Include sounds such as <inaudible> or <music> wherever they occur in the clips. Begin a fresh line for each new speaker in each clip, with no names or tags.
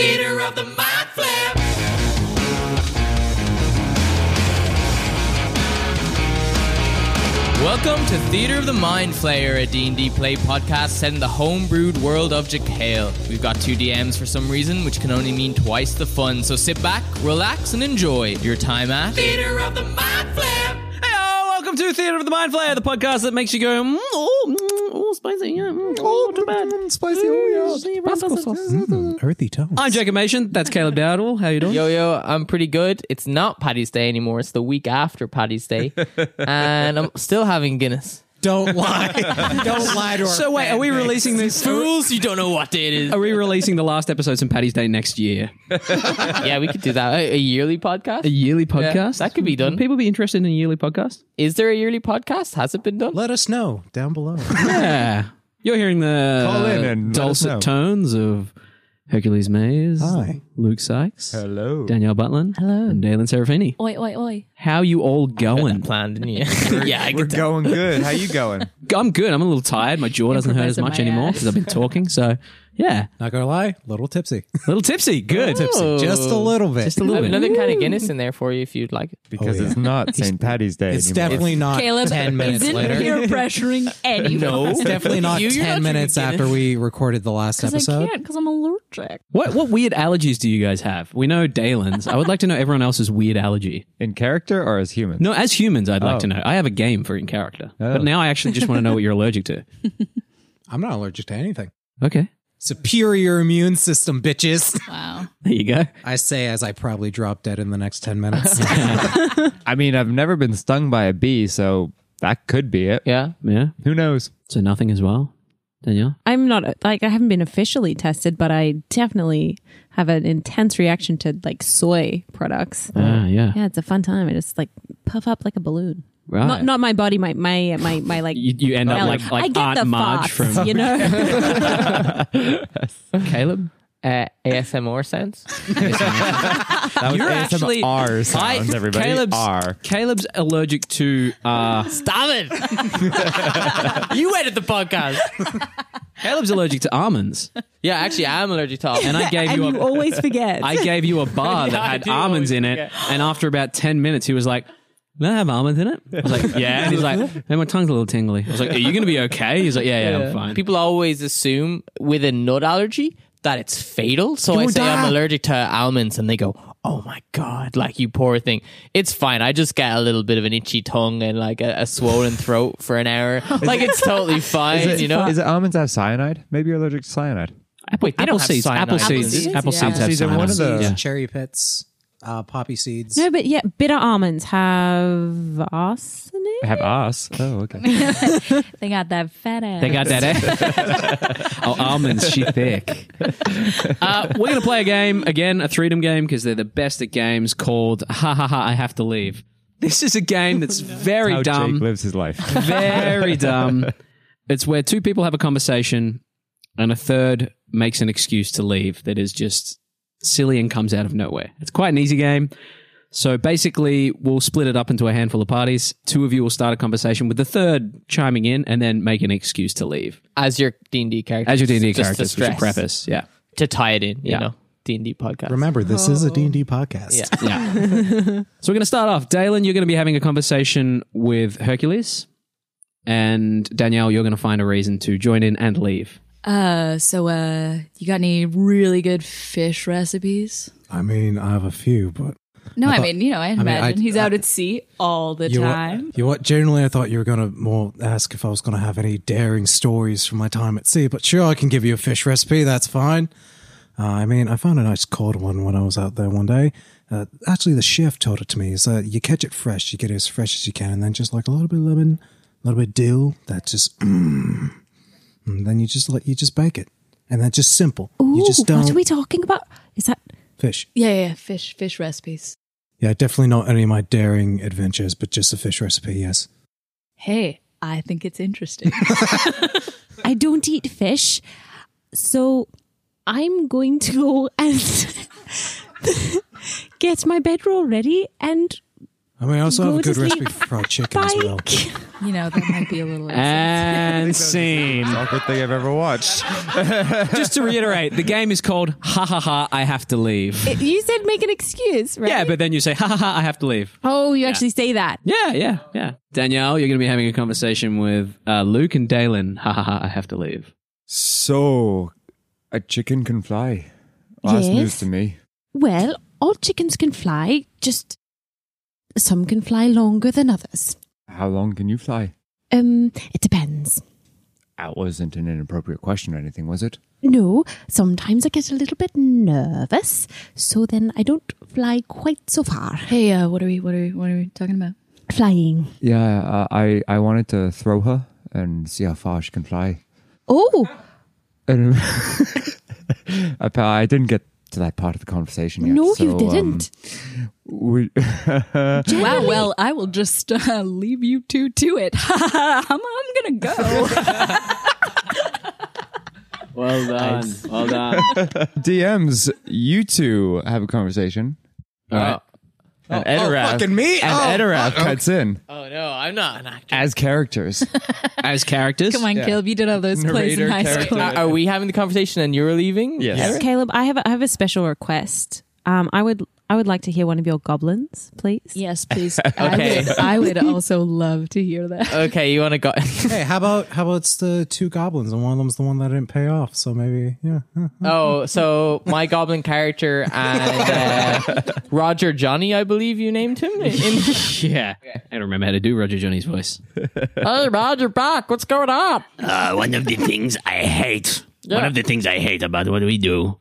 of the mind flip.
Welcome to Theatre of the Mind Flayer, a D&D play podcast set in the homebrewed world of Jekyll. We've got two DMs for some reason, which can only mean twice the fun. So sit back, relax, and enjoy your time at
Theater of the mind flip.
Hello, welcome to Theatre of the Mind Flayer, the podcast that makes you go, mm, oh, mm, oh, spicy, yeah, mm, oh, too bad.
Spicy Mm, Earthy tones.
I'm Jacob Mason. That's Caleb Dowdle. How you doing?
Yo, yo, I'm pretty good. It's not Paddy's Day anymore. It's the week after Paddy's Day. and I'm still having Guinness.
<laughs>
Don't lie. Don't lie to our
So wait, are we releasing this? Are
you don't know what day it is.
we releasing the last episodes in Paddy's Day next year?
<laughs> yeah, we could do that. A, a yearly podcast?
A yearly podcast?
that could be done.
Would people be interested in a yearly podcast?
is there a yearly podcast? Has it been done?
Let us know down below.
Yeah. You're hearing the
Call in and let us know.
dulcet tones of Hercules Mays,
Hi.
Luke Sykes,
Hello. <laughs>
Danielle Butlin, Hello. and Dalen Serafini.
Oi, oi, oi.
How you all <laughs> going?
planned, didn't you? yeah, I
We're
could
going good. How you going?
I'm good. I'm a little tired. My jaw doesn't hurt as
Improvising
much
my
anymore
ass.
because I've been talking. So, yeah,
Not gonna lie, a little tipsy.
a <laughs> little tipsy. Good.
Oh.
Just a little bit.
Just a
I
little
have
bit.
another kind of Guinness in there for you if you'd like.
Because
Oh, yeah.
it's not <laughs> St. Patty's Day
It's
anymore.
definitely not
Caleb,
ten
he
minutes
didn't
later.
<laughs>
peer pressuring anyone. No, <laughs>
It's definitely not
You- you're not
ten
drinking
minutes after
Guinness.
we recorded the last
because I
episode.
can't because I'm allergic.
What what weird allergies do you guys have? We know Dalen's. I would like to know everyone else's weird allergy.
in character or as human.
No, as humans, I'd like to know. I have a game for in character, but now I actually just want to know what you're allergic to.
I'm not allergic to anything.
Okay,
Superior immune system, bitches.
Wow.
there you go.
I say as I probably drop dead in the next
<laughs>
ten minutes. <laughs>
I mean, I've never been stung by a bee, so that could be it.
Yeah.
Yeah.
Who knows?
So nothing as well, Danielle.
I'm not like I haven't been officially tested, but I definitely have an intense reaction to like soy products.
Ah, yeah.
Yeah, it's a fun time. I just like puff up like a balloon.
Right.
Not not my body, my my my my like.
you, you end up
belly.
like
I
like
get the
Aunt Marge
farts,
from
you know.
Caleb.
Uh, ASMR sounds.
That was
You're actually-
R sounds,
I-
everybody.
Caleb's-
R.
Caleb's allergic to uh,
<laughs> Stop it! you edit the podcast.
<laughs> Caleb's allergic to almonds,
Yeah, actually, I'm allergic to
<laughs>
almonds.
and I gave
and
you a
you always forget.
I gave you a
<laughs>
bar that
I
had
do
almonds
always
in it, and after about ten minutes, he was like, "Did I have almonds in it?" I was
<laughs>
like, "Yeah," and he's like, "Man, my tongue's a little tingly." I was like, "Are you going to be okay?" He's like, "Yeah, yeah, I'm fine."
People always assume with a nut allergy that it's fatal. So I say I'm allergic to almonds, and they go, "Oh my god!" Like you poor thing. It's fine. I just get a little bit of an itchy tongue and like a, a swollen throat for an <laughs> hour. like it's totally fine.
Is it,
you know.
is it almonds have cyanide? Maybe you're allergic to cyanide.
Wait,
they don't
apple
have
seeds,
cyanide.
apple
Apple
seeds,
seeds,
apple
yeah.
seeds have
Seeds are one
cyanide.
of those.
Yeah.
Cherry pits, uh, poppy seeds.
no, but yeah, bitter almonds have arsenic.
I have us. Oh, okay.
They got that fat ass.
They got that. eh? oh, almonds, she thick. Uh, we're gonna play a game again, a freedom game, because they're the best at games. Called "Ha Ha Ha! I Have to Leave." This is a game that's very
How
dumb.
Jake lives his life.
very dumb.
<laughs>
It's where two people have a conversation and a third makes an excuse to leave that is just silly and comes out of nowhere. It's quite an easy game. So basically, we'll split it up into a handful of parties. Two of you will start a conversation with the third chiming in and then make an excuse to leave.
as your D and D character.
As your D&D
Just to
characters, we should
stress.
preface.
<laughs>
Yeah.
to tie it in. You
Yeah.
know, D and D podcast.
Remember, this
Oh.
is a D&D podcast.
Yeah.
Yeah. so we're going to start off. Dalen, you're going to be having a conversation with Hercules. And Danielle, you're going to find a reason to join in and leave.
Uh, so, uh, you got any really good fish recipes?
I mean, I have a few, but
No, I, mean, you know, I,
mean,
imagine
I-
he's
I-
out at sea all the
You know what-
time.
you know what? Generally, I thought you were going to more ask if I was going to have any daring stories from my time at sea, but sure, I can give you a fish recipe. That's fine. Uh, I mean, I found a nice cod one when I was out there one day. Uh, actually, the chef taught it to me. So you catch it fresh, you get it as fresh as you can, and then just like a little bit of lemon, a little bit of dill. That just, <clears throat> mm. and then you just like you just bake it, and that's just simple. you
Ooh,
just don't
What are we talking about? Is that
fish.
Yeah, yeah, yeah, fish, fish recipes.
Yeah, definitely not any of my daring adventures, but just a fish recipe. Yes.
Hey, I think it's <laughs> interesting.
I don't eat fish, so I'm going to <laughs> go and get my bedroll ready and
I mean, I also have a
Go to
good recipe
sleep.
for fried chicken as well.
You know, that might be a <laughs> little.
And scene.
Awkward thing I've ever watched.
Just to reiterate, the game is called Ha Ha Ha, I Have to Leave.
<laughs> you said make an excuse, right?
Yeah, but then you say Ha Ha Ha, I Have to Leave.
oh, you actually say that.
Yeah, yeah, yeah. Danielle, you're going to be having a conversation with uh, Luke and Dalen. Ha ha ha, I have
<laughs>
to leave.
So, a chicken can fly. Well, That's news
Yes.
to me.
Well, all chickens can fly, just some can fly longer than others.
How long can you fly?
Um, it depends.
That wasn't an inappropriate question or anything, was it?
No, sometimes I get a little bit nervous, so then I don't fly quite so far.
Hey, uh, what are we? What are we? What are we talking about?
Flying.
Yeah, uh, I I wanted to throw her and see how far she can fly.
Oh,
And- <laughs> I pa- I didn't get to that part of the conversation yet.
no,
so,
you
um,
didn't.
we- <laughs>
Wow. Well, I will just <laughs> uh, leave you two to it. <laughs> I'm, I'm gonna <laughs> go.
<laughs>
Well done. Well done.
DMs, you two have a conversation.
all right.
and Edorath,
me?
and Edorath cuts in
Oh no, I'm not an actor.
as characters.
As characters,
Come on, Caleb. You did all those plays in
Narrator
high school.
character.
Are we having the conversation and you're leaving?
Yes.
Eric?
Caleb, I have a, I have a special request. Um, I would I would like to hear one of your goblins, please.
Yes, <laughs> please. I, would, I would also love to hear that.
Okay, you want to go? <laughs>
Hey, how about how about it's the two goblins and one of them's the one that didn't pay off? So maybe yeah. yeah.
oh, so my goblin character and <laughs> uh, Roger Johnny, I believe you named <laughs> him. In-
yeah. I don't remember how to do Roger Johnny's voice.
hey, Roger, back. What's going on?
Uh, one of the things I hate, one of the things I hate about what we do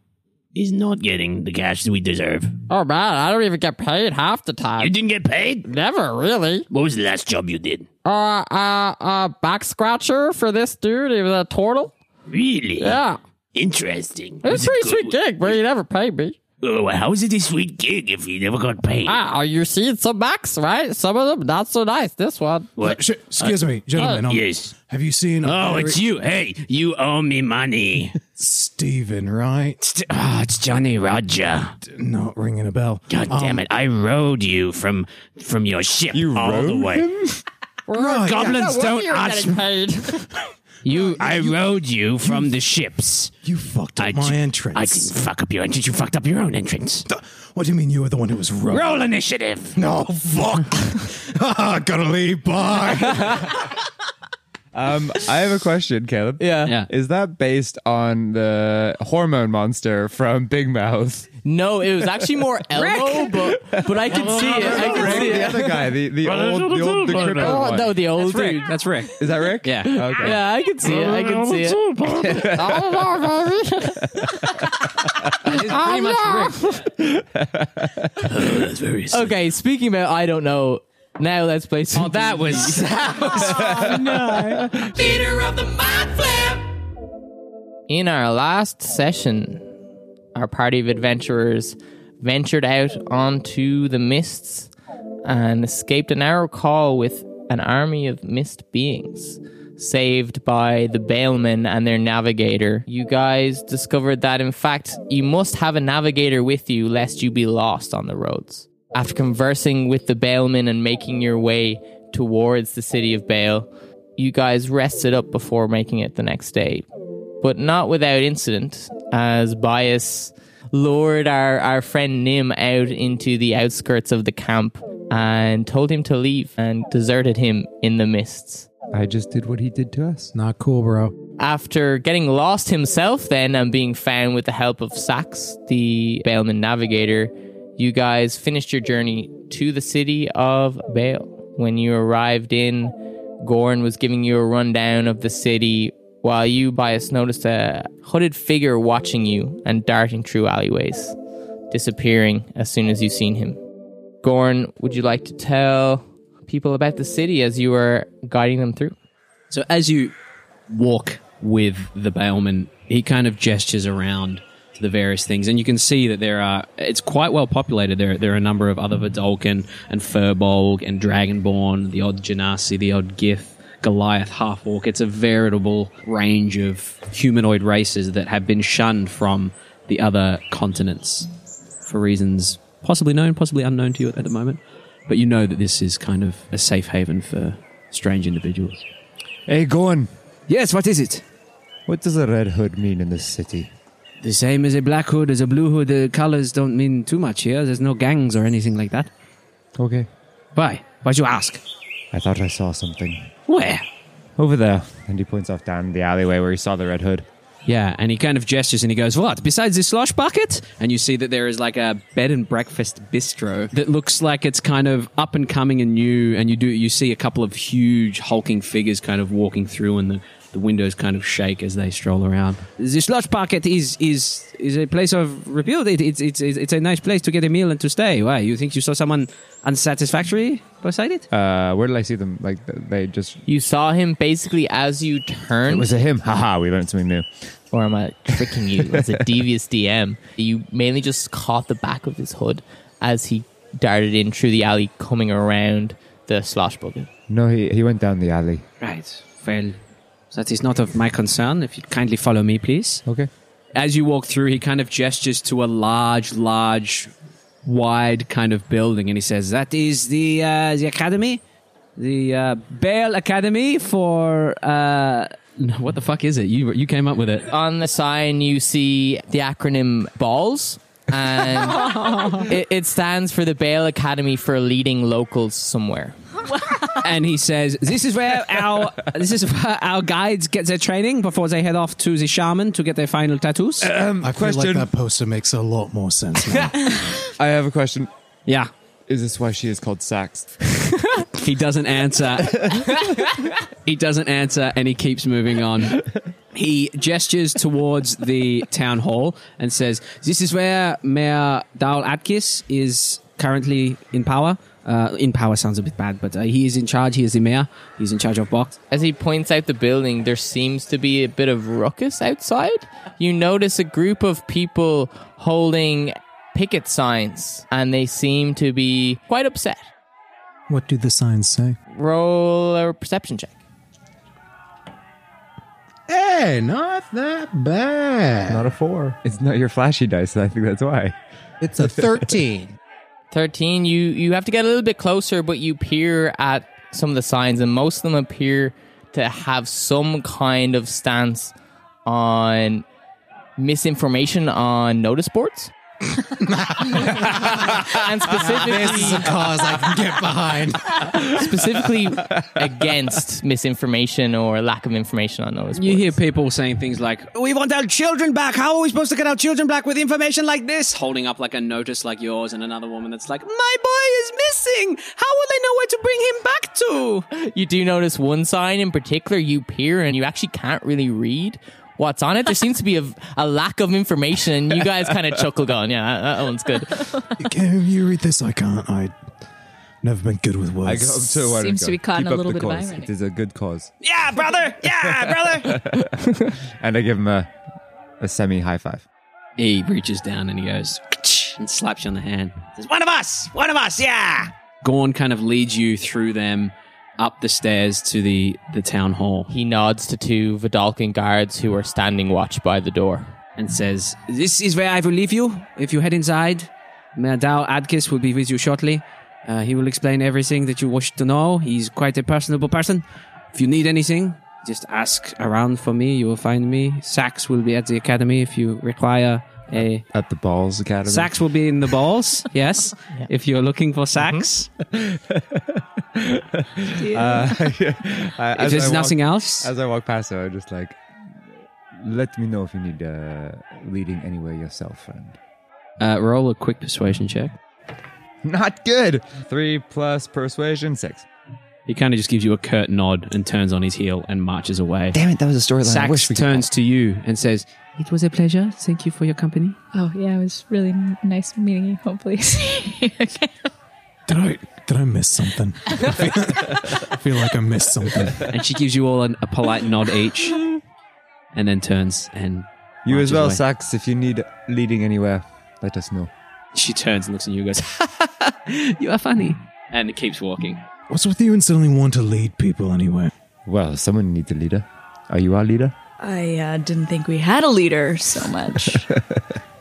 is not getting the cash we deserve.
Oh man, I don't even get paid half the
You
time.
didn't get paid?
Never really.
What was the last job you did?
Uh, uh, uh, back scratcher for this dude. He was a turtle.
Really?
Yeah,
Interesting. Was
it's a pretty
good?
<laughs> sweet gig, but he never paid me.
Oh, how is it a sweet gig if you never got paid?
Ah, are you seeing some backs, right? Some of them not so nice. This one.
What?
Sh- excuse me, gentlemen. um,
Uh, yes.
Have you seen?
Oh, it's you. Hey, you owe me money.
Steven, right?
St- Ah, it's Johnny Roger.
Not ringing a bell. Uh,
God damn it! I rode you from from your ship
You
all the
rode
way.
Right, yeah.
Goblins don't ask.
paid.
<laughs> You, I rode you from the ships.
You fucked up
I
my
ju-
entrance.
I didn't fuck up your entrance. You fucked up your own entrance.
what do you mean you were the one who was wrong?
Roll
<laughs>
initiative. <laughs>
No, fuck. Ah, Gotta leave. Bye.
Um, I have a question, Caleb.
Yeah.
Yeah.
Is that based on the hormone monster from Big Mouth?
No, it was actually more Elmo, but but I could see it. I could see
the
it.
other guy, the, the
Well,
old, the old, the crippled
Oh
one.
no, the old
That's Rick.
dude.
That's Rick.
Is that Rick?
Yeah.
Okay.
Yeah, I could see it. I could see it.
<laughs>
<laughs>
pretty much Rick.
That's very sick.
<laughs> Okay, speaking about I don't know. Now let's play. Some
Oh, that
<laughs>
was.
Oh,
Leader of the Mind Flip.
In our last session, our party of adventurers ventured out onto the mists and escaped a narrow call with an army of mist beings, saved by the Balemen and their navigator. You guys discovered that, in fact, you must have a navigator with you lest you be lost on the roads. After conversing with the Balemen and making your way towards the city of Bale, you guys rested up before making it the next day but not without incident, as Bias lured our, our friend Nim out into the outskirts of the camp and told him to leave and deserted him in the mists.
I just did what he did to us.
<laughs> Not cool, bro.
After getting lost himself, then, and being found with the help of Sax, the Baleman navigator, you guys finished your journey to the city of Bale. When you arrived in, Gorn was giving you a rundown of the city, while you, Bias, noticed a hooded figure watching you and darting through alleyways, disappearing as soon as you seen him. Gorn, would you like to tell people about the city as you were guiding them through?
So as you walk with the bailman, he kind of gestures around to the various things, and you can see that there are. It's quite well populated. There, there are a number of other Vidalcan and Furbolg and Dragonborn, the odd Genasi, the odd Gith, Goliath, half orc. It's a veritable range of humanoid races that have been shunned from the other continents for reasons possibly known, possibly unknown to you at the moment. But you know that this is kind of a safe haven for strange individuals.
Hey, Goan,
Yes, what is it?
what does a red hood mean in this city?
The same as a black hood, as a blue hood. The colors don't mean too much here. There's no gangs or anything like that.
Okay.
Why? Why'd you ask?
I thought I saw something.
Where?
Over there. And he points off down the alleyway where he saw the red hood.
Yeah, and he kind of gestures and he goes, What? Besides this slush bucket? And you see that there is like a bed and breakfast bistro that looks like it's kind of up and coming and new, and you do you see a couple of huge hulking figures kind of walking through and the, the windows kind of shake as they stroll around. The slush bucket is is is a place of repute. It, it's it's it's a nice place to get a meal and to stay. Why? You think you saw someone unsatisfactory beside it?
Uh, where did I see them? Like, th- they just.
You saw him basically as you
It
turned.
was a him. <laughs> Haha, we learned something new.
or am I tricking you as a devious <laughs> DM? You mainly just caught the back of his hood as he darted in through the alley, coming around the slosh bucket.
No, he, he went down the alley.
Right. Well, that is not of my concern. If you'd kindly follow me, please.
Okay.
as you walk through, he kind of gestures to a large, large, wide kind of building, and he says, "That is the uh, the academy, the uh, Bale Academy for." Uh, <laughs> no, what the fuck is it? You you came up with it.
On the sign, you see the acronym BALLS. and it, it stands for the Bale Academy for leading locals somewhere.
and he says, "This is where our this is where our guides get their training before they head off to the shaman to get their final tattoos."
I feel
question.
like that poster makes a lot more sense <laughs> now.
I have a question.
yeah,
Is this why she is called Sax?
He doesn't <laughs> answer. he doesn't answer, and he keeps moving on. He gestures towards the town hall and says, "This is where Mayor Dahl Atkis is currently in power. Uh, in power sounds a bit bad, but uh, he is in charge. He is the mayor. He's in charge of Box.
As he points out the building, there seems to be a bit of ruckus outside. You notice a group of people holding picket signs, and they seem to be quite upset.
what do the signs say?
Roll a perception check.
Hey, not that bad.
Not a four. It's not your flashy dice. I think that's why.
it's a 13.
13 you you have to get a little bit closer but you peer at some of the signs and most of them appear to have some kind of stance on misinformation on notice
<laughs>
boards and
this is a
specifically
cause I can get behind.
<laughs> specifically against misinformation or lack of information on notice boards
You hear people saying things like, "We want our children back. How are we supposed to get our children back with information like this?" Holding up like a notice like yours, and another woman that's like, "My boy is missing. How will I know where to bring him back to?"
you do notice one sign in particular you peer and you actually can't really read what's on it there seems to be a, a lack of information and you guys kind of chuckle going yeah that, that one's <laughs> good
Can you read this? I can't. I never been good with
I
words.
go up to one
Seems to be caught in
Keep
a
up
little
the
bit of
cause.
irony."
It is a good cause.
Yeah, brother. Yeah, brother.
And I give him a, a semi high five.
<laughs> he reaches down and he goes and slaps you on the hand. Says, "One of us. One of us. Yeah." Gorn kind of leads you through them up the stairs to the the town hall.
He nods to two Vidalcan guards who are standing watch by the door.
and says, This is where I will leave you. If you head inside, Madal Adkis will be with you shortly. Uh, he will explain everything that you wish to know. He's quite a personable person. If you need anything, just ask around for me. You will find me. Sax will be at the academy if you require a.
At the Balls Academy.
Sax will be in the balls,
<laughs>
yes, if you're looking for Sax.
Mm-hmm. I-
If
as I
there's
walk-
nothing else,
As I walk past her, I'm just like, let me know if you need uh, leading anywhere yourself, friend. <laughs>
uh, roll a quick persuasion check.
Not good. Three plus persuasion, six.
He kind of just gives you a curt nod and turns on his heel and marches away.
Damn it, that was a storyline. I
Sax
wish we could-
turns to you and says, It was a pleasure. Thank you for your company.
Oh yeah, it was really n- nice meeting you. Hopefully, <laughs> okay.
Did I, did I miss something? <laughs> I feel, I feel like I missed something.
And she gives you all an, a polite nod each and then turns and.
You as
marches
well,
away.
Sax. If you need leading anywhere, let us know.
She turns and looks at you and goes,
<laughs>
You are funny. And it keeps walking.
What's with you and suddenly want to lead people anyway?
Well, someone needs a leader. Are you our leader?
I uh, didn't think we had a leader so
<laughs>
much.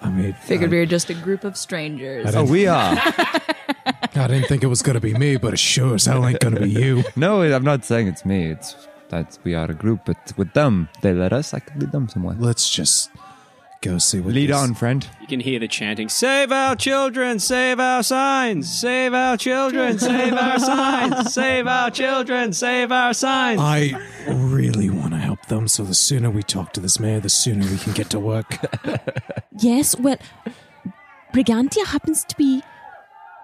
I mean,
Figured
I,
Oh,
we were just a group of strangers.
I don't-
we are.
I didn't think it was going to be me, but it sure as hell ain't going to be you.
<laughs> No, I'm not saying it's me. It's that we are a group, but with them, they let us. I could lead them somewhere.
Let's just go see what
Lead
this-
on, friend.
You can hear the chanting, Save our children, save our signs, save our children, save our signs, save our children, save our signs.
I really want to help them, so the sooner we talk to this mayor, the sooner we can get to work.
Yes, well, Brigantia happens to be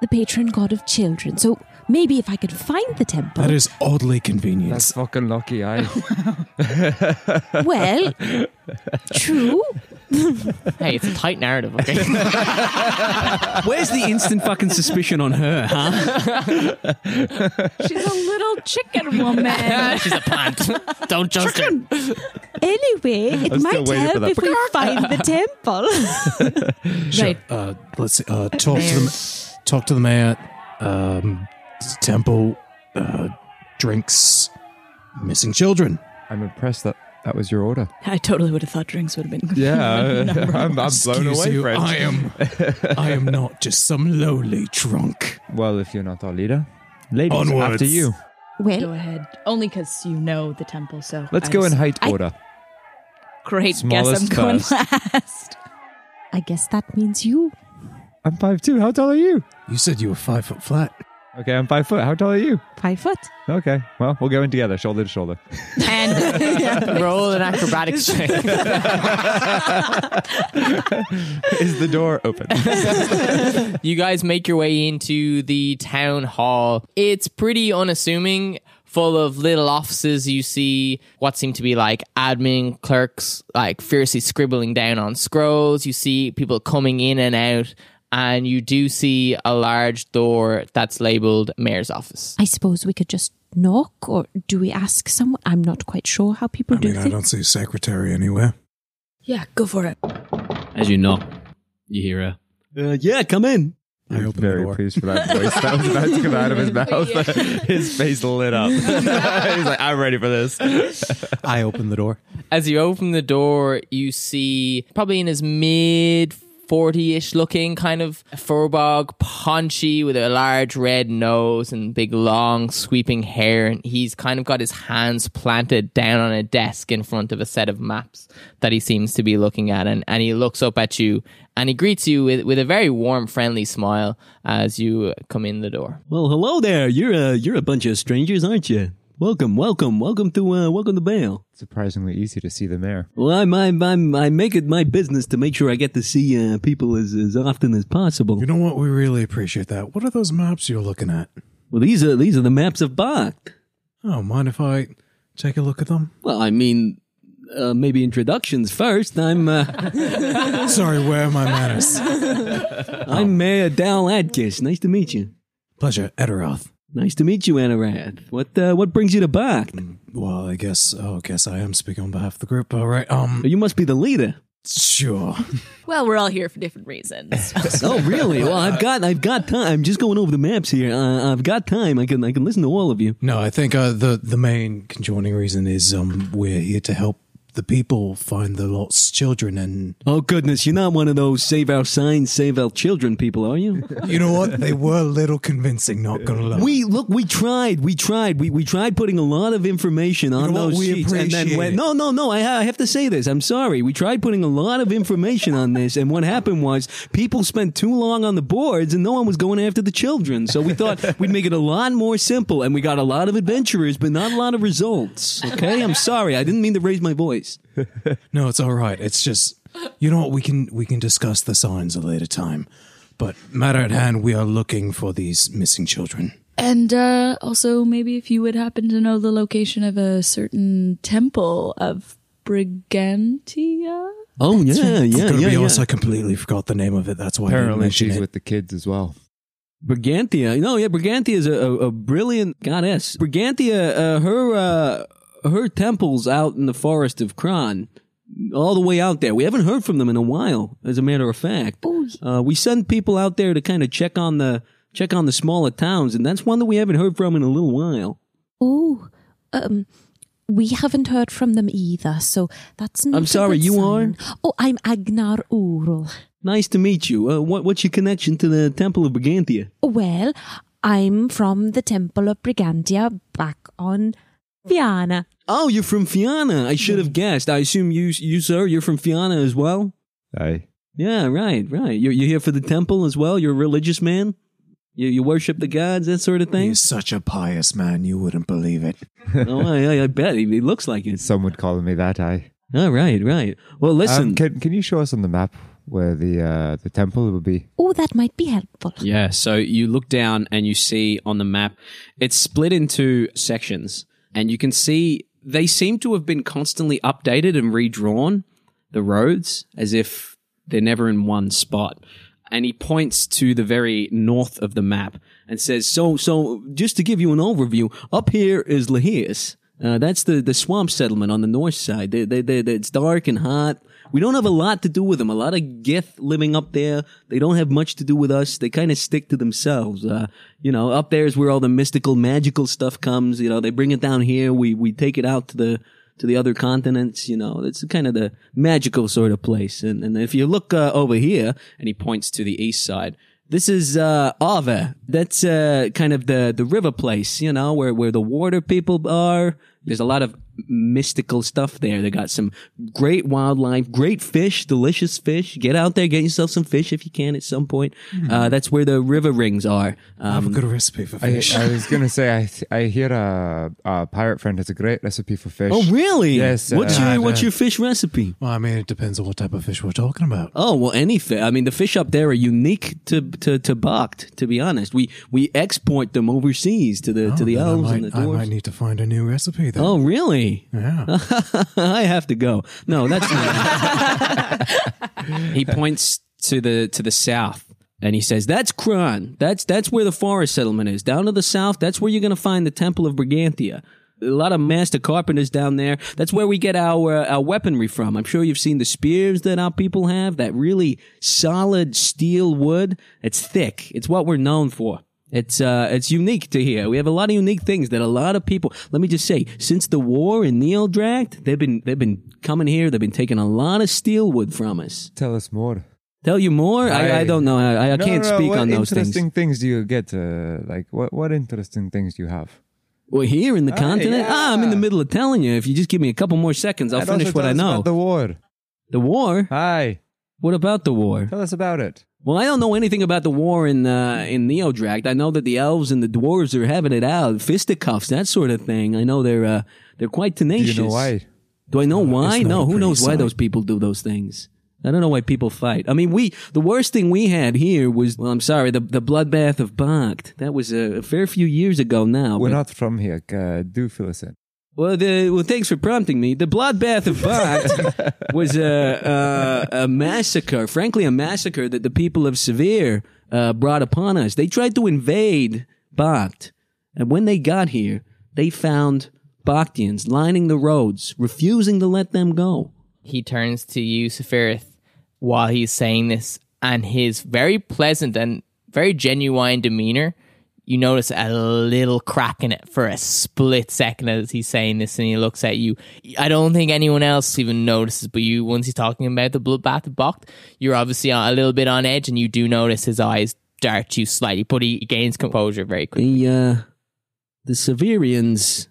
the patron god of children, so maybe if I could find the temple.
That is oddly convenient.
That's fucking lucky. <laughs> I <laughs>
well, true.
Hey, it's a tight narrative. Okay.
Where's the instant fucking suspicion on her, <laughs> huh?
She's a little chicken woman.
She's a plant. Don't judge her.
<laughs> Anyway, it
I'm still
might
waiting
help
for that
if we find
<laughs>
the temple. <laughs>
Right.
uh, let's see, uh, talk to them. Talk to the mayor. Um, temple uh, drinks missing children.
I'm impressed that that was your order.
I totally would have thought drinks would have been good. <laughs>
<laughs> Yeah, I'm, I'm blown
Excuse
away,
you,
friend.
I am. <laughs> I am not just some lowly drunk.
<laughs> Well, if you're not our leader, ladies,
Onwards.
after you.
Go
well,
ahead. Only because you know the temple, so.
Let's
I
go in
just-
height
I-
order.
Great guess. I'm
Smallest
going
first.
last.
I guess that means you.
I'm five two. How tall are you?
You said you were five foot flat.
Okay, I'm five foot. How tall are you?
Five foot.
Okay, well, we'll go in together, shoulder
<laughs>
to shoulder.
Roll an acrobatics check.
Is the door <laughs> open?
You guys make your way into the town hall. It's pretty unassuming, full of little offices. You see what seem to be like admin clerks, like fiercely scribbling down on scrolls. You see people coming in and out, and you do see a large door that's labeled mayor's office.
I suppose we could just knock, or do we ask someone? I'm not quite sure how people
I
do
mean, I
things.
don't see a secretary anywhere.
Yeah, go for it.
As you knock, you hear her. Uh, yeah, come in.
I
I'm
open the
very
door.
pleased for that voice that was about to come out of his mouth. <laughs> his face lit up. <laughs> He's like, I'm ready for this.
I open the door.
As you open the door, you see probably in his mid 40 ish looking kind of furbog, paunchy with a large red nose and big long sweeping hair. And he's kind of got his hands planted down on a desk in front of a set of maps that he seems to be looking at. And, and he looks up at you and he greets you with, with a very warm, friendly smile as you come in the door.
Well, hello there. You're a you're a bunch of strangers, aren't you? Welcome, welcome, welcome to uh, welcome to Bale.
Surprisingly easy to see the mayor.
Well, I'm, I'm I'm I make it my business to make sure I get to see uh, people as as often as possible.
You know what? We really appreciate that. What are those maps you're looking at?
Well, these are these are the maps of Bach.
Oh, mind if I take a look at them?
Well, I mean, uh, maybe introductions first. I'm uh,
<laughs> Sorry, where are my manners?
I'm Mayor Dal Adkis. Nice to meet you.
Pleasure, Edaroth.
Nice to meet you, Anarath. What uh, what brings you to Bach?
Well, I guess. Oh, I guess I am speaking on behalf of the group. All right. Um.
You must be the leader.
Sure.
Well, we're all here for different
<laughs>
reasons.
Oh really? Well, I've got I've got time. I'm just going over the maps here. Uh, I've got time. I can I can listen to all of you.
No, I think uh, the the main conjoining reason is um we're here to help the people find the lost children, and
Oh goodness, you're not one of those save our signs, save our children people, are
<laughs>
you?
you know what? They were a little convincing. Not gonna lie.
we look, we tried, we tried, we, we tried putting a lot of information on
know what?
those
We
sheets, and then
appreciate
when,
it.
no, no, no, I, ha- I have to say this. I'm sorry. We tried putting a lot of information on this, and what happened was people spent too long on the boards, and no one was going after the children. So we
<laughs>
thought we'd make it a lot more simple, and we got a lot of adventurers, but not a lot of results. Okay, I'm sorry. I didn't mean to raise my voice.
No, it's all right. It's just you know what? We can we can discuss the signs a later time, but matter at hand, we are looking for these missing children.
and uh, also, maybe if you would happen to know the location of a certain temple of Brigantia?
Oh yeah, yeah,
I'm gonna
yeah,
be
yeah.
honest, I completely forgot the name of it. That's why I
Apparently,
didn't mention
she's
it.
with the kids as well.
Brigantia. No, yeah, Brigantia is a, a, a brilliant goddess. Brigantia, uh, her uh, her temple's out in the forest of Kron, all the way out there. We haven't heard from them in a while, as a matter of fact. Uh, we send people out there to kind of check on the check on the smaller towns, and that's one that we haven't heard from in a little while.
Oh, um, we haven't heard from them either, so that's not.
I'm
a
sorry,
good
you
sign. Oh, I'm Agnar Urul.
Nice to meet you. Uh, what, what's your connection to the Temple of Brigantia?
Well, I'm from the Temple of Brigantia back on Viana.
Oh, you're from Fiana. I should have guessed. I assume you, you sir, you're from Fiana as well.
Aye.
Yeah, right, right. You're, you're here for the temple as well. You're a religious man. You, you worship the gods, that sort of thing.
He's such a pious man, you wouldn't believe it.
oh, I, I- I bet he, he looks like it.
Some would call me that. Aye.
All right, right. Well, listen.
Um, can Can you show us on the map where the uh, the temple would be?
Oh, that might be helpful.
Yeah, so you look down and you see on the map, it's split into sections, and you can see they seem to have been constantly updated and redrawn the roads as if they're never in one spot. And he points to the very north of the map and says,
So, so just to give you an overview, up here is Lahias. Uh, that's the, the swamp settlement on the north side. They, they, they, they- it's dark and hot. We don't have a lot to do with them. A lot of Gith living up there. They don't have much to do with us. They kind of stick to themselves. Uh, you know, up there is where all the mystical, magical stuff comes. You know, they bring it down here. We we take it out to the to the other continents. You know, it's kind of the magical sort of place. And and if you look uh, over here,
and he points to the east side.
this is uh Ava. That's uh kind of the the river place, you know, where where the water people are. There's a lot of mystical stuff there. They got some great wildlife, great fish, delicious fish. Get out there, get yourself some fish if you can at some point. Uh, that's where the river rings are. Um,
have a good recipe for
I,
fish.
I was gonna say I th- I hear a, a pirate friend has a great recipe for fish.
oh, really?
Yes.
What's
uh,
your what's your fish recipe?
well, I mean, it depends on what type of fish we're talking about.
Oh well, any fish. I mean, the fish up there are unique to to to Bakht. To be honest, we we export them overseas to the to
Oh,
the
then I
elves
might,
and the
I
dwarves.
might need to find a new recipe then.
oh, really?
Yeah.
<laughs> I have to go. No, that's
<laughs>
not.
He points to the to the south.
and he says that's Kron. That's that's where the forest settlement is. Down to the south, that's where you're going to find the Temple of Brigantia. A lot of master carpenters down there. That's where we get our uh, our weaponry from. I'm sure you've seen the spears that our people have. That really solid steel wood. It's thick. It's what we're known for. It's uh, it's unique to here. We have a lot of unique things that a lot of people. Let me just say, since the war in Neeldracht, they've been they've been coming here. They've been taking a lot of steel wood from us.
Tell us more.
Tell you more? I, I
I-
don't know. I, I
No,
can't
no, no,
speak
what
on those things.
Interesting things do you get? Uh, like what what interesting things do you have?
Well, here in the
Ah,
continent, ah, I'm in the
yeah.
middle of telling you. If you just give me a couple more seconds, I'll
And
finish
also
what
tell
I
us about
know.
the war.
The war?
Hi.
What about the war?
Tell us about it.
Well, I don't know anything about the war in uh, in Neodract. I know that the elves and the dwarves are having it out, fisticuffs, that sort of thing. I know they're uh, they're quite
Do
tenacious.
you know why?
Do I know why?
it's not
No,
a
who
pretty
knows why
sight.
those people do those things? I don't know why people fight. I mean, we the worst thing we had here was well, I'm sorry, the the bloodbath of Bakht. That was a, a fair few years ago now.
We're
but-
not from here. Uh, do fill us in.
Well, the, well, thanks for prompting me. The bloodbath of
<laughs>
Bond was a, a, a massacre, frankly, a massacre that the people of Severe uh, brought upon us. They tried to invade Bakht, and when they got here, they found Bakhtians lining the roads, refusing to let them go.
he turns to you, Sephiroth, while he's saying this, and his very pleasant and very genuine demeanor, you notice a little crack in it for a split second as he's saying this, and he looks at you. I don't think anyone else even notices, but you, once he's talking about the bloodbath of Bocht, you're obviously a little bit on edge, and you do notice his eyes dart you slightly, but he gains composure very quickly.
The uh, the Severians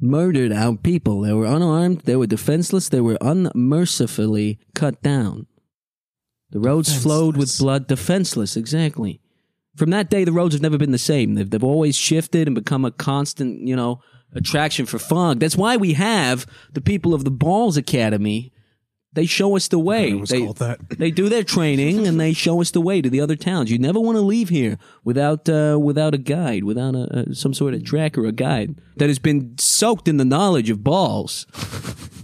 murdered our people. They were unarmed. They were defenseless. They were unmercifully cut down. The roads flowed with
Defenseless.
blood. Defenseless, exactly. From that day, the roads have never been the same. They've, they've always shifted and become a constant, you know, attraction for fog. That's why we have the people of the Balls Academy. They show us the way.
it was
They-
called that.
<laughs> they do their training and they show us the way to the other towns. You never want to leave here without uh, without a guide, without a, a, some sort of track or a guide that has been soaked in the knowledge of balls.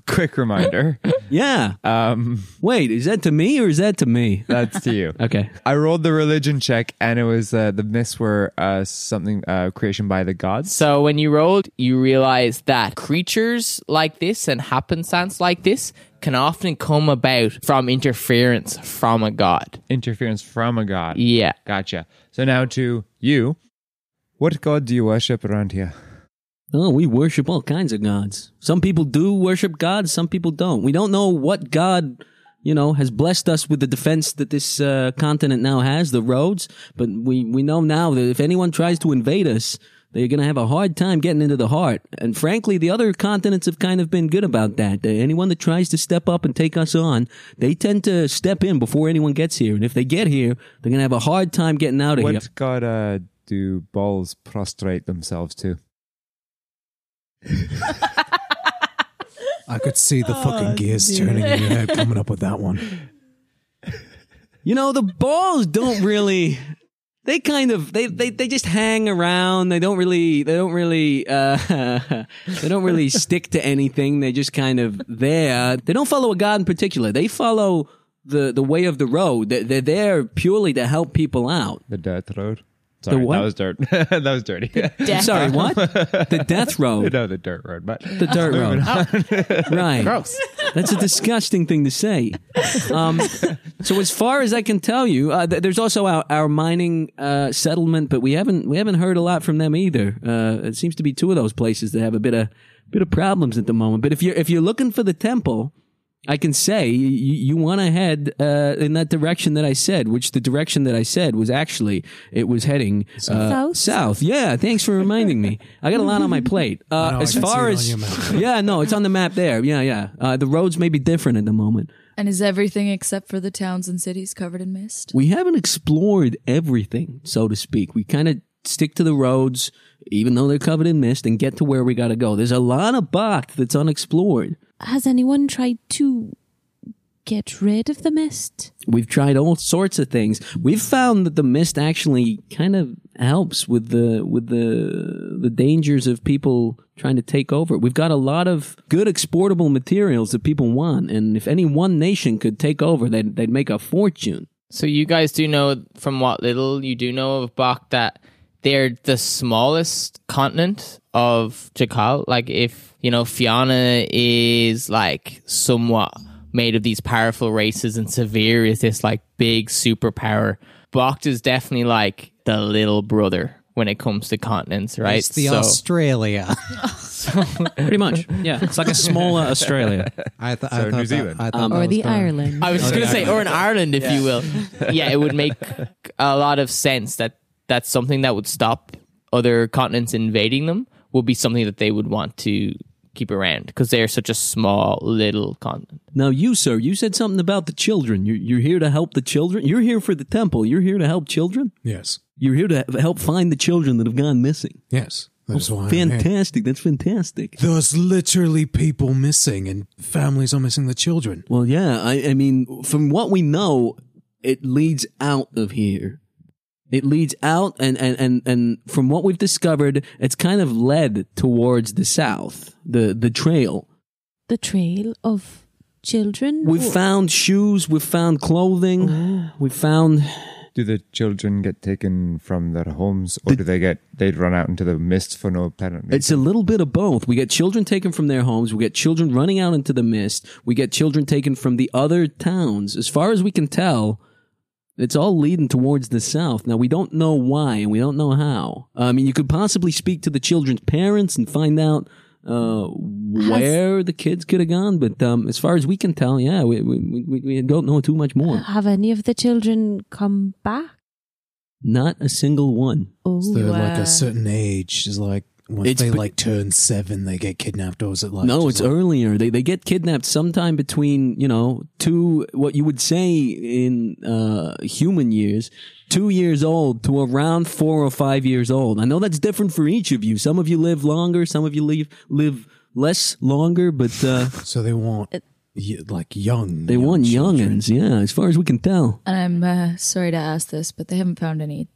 Quick reminder. <laughs>
Yeah.
um,
Wait, is that to me or is that to me? Uh,
that's to you.
Okay.
I rolled the religion check, and it was uh, the myths were uh, something uh, creation by the gods.
So when you rolled, you realize that creatures like this and happenstance like this can often come about from interference from a god.
Interference from a god.
Yeah.
Gotcha. So now to you. What god do you worship around here?
Oh, we worship all kinds of gods. Some people do worship gods, some people don't. We don't know what god you know, has blessed us with the defense that this uh, continent now has, the roads. But we, we know now that if anyone tries to invade us, they're going to have a hard time getting into the heart. And frankly, the other continents have kind of been good about that. That Anyone that tries to step up and take us on, they tend to step in before anyone gets here. And if they get here, they're going to have a hard time getting out of here.
What gotta do balls prostrate themselves to?
I could see the
Oh,
fucking gears turning in your head coming up with that one.
You know, the balls don't really. They kind of they, they they just hang around. They don't really they don't really uh, <laughs> they don't really stick to anything. They just kind of there. They don't follow a god in particular. They follow the the way of the road. They're, they're there purely to help people out.
The dirt road. Sorry,
what?
that was dirt. <laughs> that was dirty.
I'm Sorry, what? The death road.
<laughs> no, the dirt road, but
The dirt road. right.
Gross.
That's a disgusting thing to say. Um, so as far as I can tell you, uh, th- there's also our, our mining uh, settlement, but we haven't we haven't heard a lot from them either. Uh, it seems to be two of those places that have a bit of bit of problems at the moment. But if you're if you're looking for the temple, I can say you, you want to head uh, in that direction that I said, which the direction that I said was actually it was heading uh,
South?
South. Yeah, thanks for reminding me. I got a lot on my plate. Uh,
know, <laughs> I
as
can see
far
it on
as
your map.
<laughs> yeah, no, it's on the map there. Yeah, yeah. Uh, the roads may be different at the moment.
And is everything except for the towns and cities covered in mist?
We haven't explored everything, so to speak. We kind of stick to the roads, even though they're covered in mist, and get to where we got to go. There's a lot of Bach that's unexplored.
Has anyone tried to get rid of the mist?
We've tried all sorts of things. We've found that the mist actually kind of helps with the with the the dangers of people trying to take over. We've got a lot of good exportable materials that people want, and if any one nation could take over, they'd, they'd make a fortune.
So you guys do know from what little you do know of Bach that they're the smallest continent of Jakal. Like if you know Fianna is like somewhat made of these powerful races and Severe is this like big superpower. Bach is definitely like the little brother when it comes to continents, right?
It's the Australia.
Pretty much. <laughs> Yeah. It's like a smaller Australia.
I, th-
So
I
New
thought that-
Zealand.
I thought that
or
was
the
gonna-
Ireland?
I was just
Okay.
going to say, or in Ireland, if you will. Yeah, it would make a lot of sense that that's something that would stop other continents invading them, would be something that they would want to keep around because they're such a small little continent.
Now, you, sir, you said something about the children. You're, you're here to help the children. You're here for the temple. You're here to help children.
Yes.
You're here to help find the children that have gone missing.
Yes. That's why. I'm here.
Fantastic. That's fantastic.
There's literally people missing, and families are missing the children.
Well, yeah. I, I mean, from what we know, it leads out of here. It leads out, and, and, and, and from what we've discovered, it's kind of led towards the south, the, the trail.
The trail of children?
We've
Or-
found shoes, we've found clothing, we've found
Do the children get taken from their homes, or do they get they'd run out into the mist for no apparent reason?
It's a little bit of both. We get children taken from their homes. We get children running out into the mist. We get children taken from the other towns. As far as we can tell, it's all leading towards the south. Now, we don't know why and we don't know how. I mean, you could possibly speak to the children's parents and find out uh, where the kids could have gone. But um, as far as we can tell, yeah, we, we, we, we don't know too much more.
Have any of the children come back?
Not a single one.
Oh,
Is there like
Wow.
a certain age? Is like once
It's
they
be-
like turn seven, they get kidnapped, or is it like
no,
just
it's
like,
earlier. They they get kidnapped sometime between you know two what you would say in uh, human years, two years old to around four or five years old. I know that's different for each of you. Some of you live longer, some of you live live less longer, but uh,
<laughs> so they want y- like young.
they want
children.
youngins. Yeah, as far as we can tell,
And I'm uh, sorry to ask this, but they haven't found any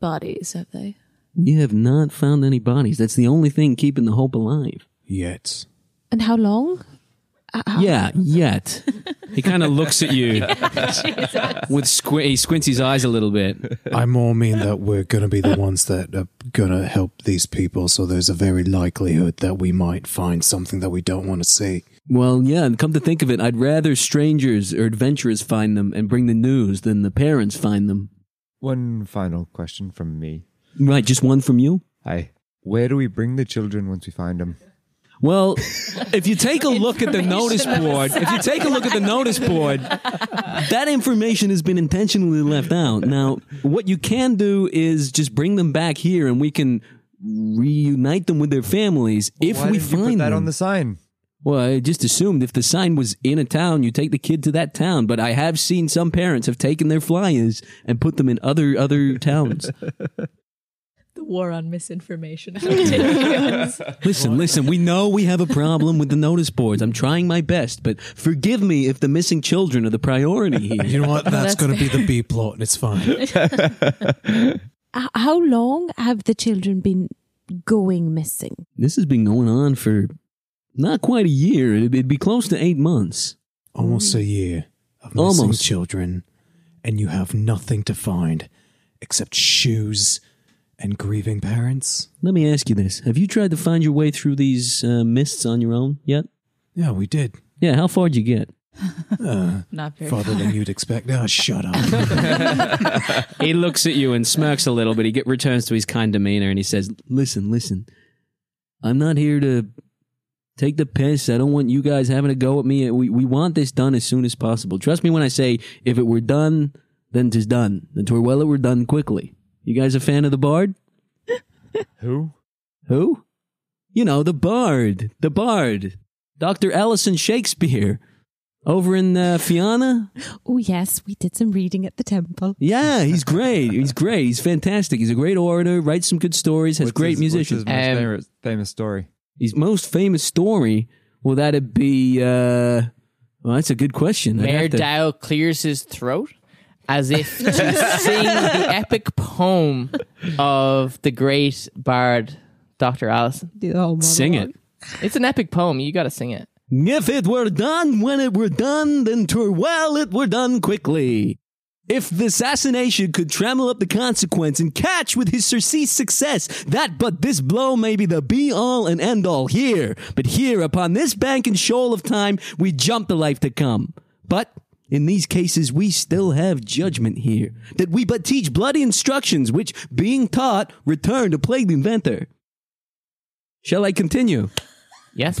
bodies, have they?
we have not found any bodies. That's the only thing keeping the hope alive.
yet.
And how long?
Ah.
Yeah, yet.
He kind of looks at
<laughs>
you with squint. He squints his eyes a little bit.
I more mean that we're going to be the ones that are going to help these people, so there's a very likelihood that we might find something that we don't want to see.
Well, yeah, and come to think of it, I'd rather strangers or adventurers find them and bring the news than the parents find them.
One final question from me.
Right, just one from you?
Hi. Where do we bring the children once we find them?
Well, if you take a look at the notice
Information on
board,
the
if you take a look at the notice board, that information has been intentionally left out. Now, what you can do is just bring them back here, and we can reunite them with their families if
why
we
didn't you
find
put that
them.
on the sign.
Well, I just assumed if the sign was in a town, you take the kid to that town. But I have seen some parents have taken their flyers and put them in other other towns.
The war on <laughs> misinformation.
Listen, listen, we know we have a problem with the notice boards. I'm trying my best, but forgive me if the missing children are the priority here.
<laughs> You know what? That's going to be the B plot, and it's fine.
H- How long have the children been going missing?
This has been going on for not quite a year. It'd, it'd be close to eight months.
Almost a year of missing
Mm. Almost.
children, and you have nothing to find except shoes and grieving parents.
Let me ask you this: Have you tried to find your way through these uh, mists on your own yet?
Yeah, we did.
Yeah, how far'd you get?
Uh,
Not very
farther
far.
than you'd expect. Ah,
<laughs>
shut up.
he looks at you and smirks a little, but he get, returns to his kind demeanor and he says,
Listen, listen. I'm not here to take the piss. I don't want you guys having a go at me. We we want this done as soon as possible. Trust me when I say if it were done, then 'tis done. The Torwella were done quickly. You guys a fan of the Bard?
Who?
Who? You know the Bard, the Bard, Doctor Allison Shakespeare, over in uh, Fianna.
Oh, yes, we did some reading at the temple.
Yeah, he's great. He's great. He's fantastic. He's a great orator. Writes some good stories. Has
What's
great Um,
his- what's
musicians.
his most favorite- famous story.
His most famous story, well, that'd be. Uh, well, that's a good question. I'd have
Mayor
to-
Dow clears his throat as if to sing the
<laughs>
epic poem of the great bard Dr. Allison.
Sing it.
It's an epic poem. You got to sing it.
If it were done when it were done, then twere well it were done quickly. If the assassination could trammel up the consequence and catch with his surceased success, that but this blow may be the be all and end all here. But here, upon this bank and shoal of time, we jump the life to come. But in these cases, we still have judgment here, that we but teach bloody instructions, which, being taught, return to plague the inventor. Shall I continue?
Yes,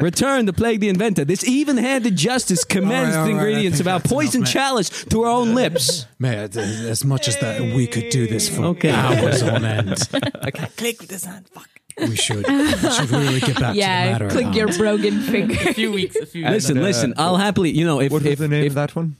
<laughs> Return to plague the inventor. This even handed justice commends
all
the
right,
ingredients
I
of
think
our
that's
poison
enough, mate.
chalice to our own
<laughs>
lips.
Man, th- as much as that, we could do this for
Okay.
hours
<laughs>
on end.
Okay, click with this hand. Fuck.
We should. We should really get back to the matter. at
click your
hand.
broken finger.
A few weeks. A few weeks.
Listen,
And, uh,
listen, I'll happily, you know, if,
What was
if,
the name
if,
of that one?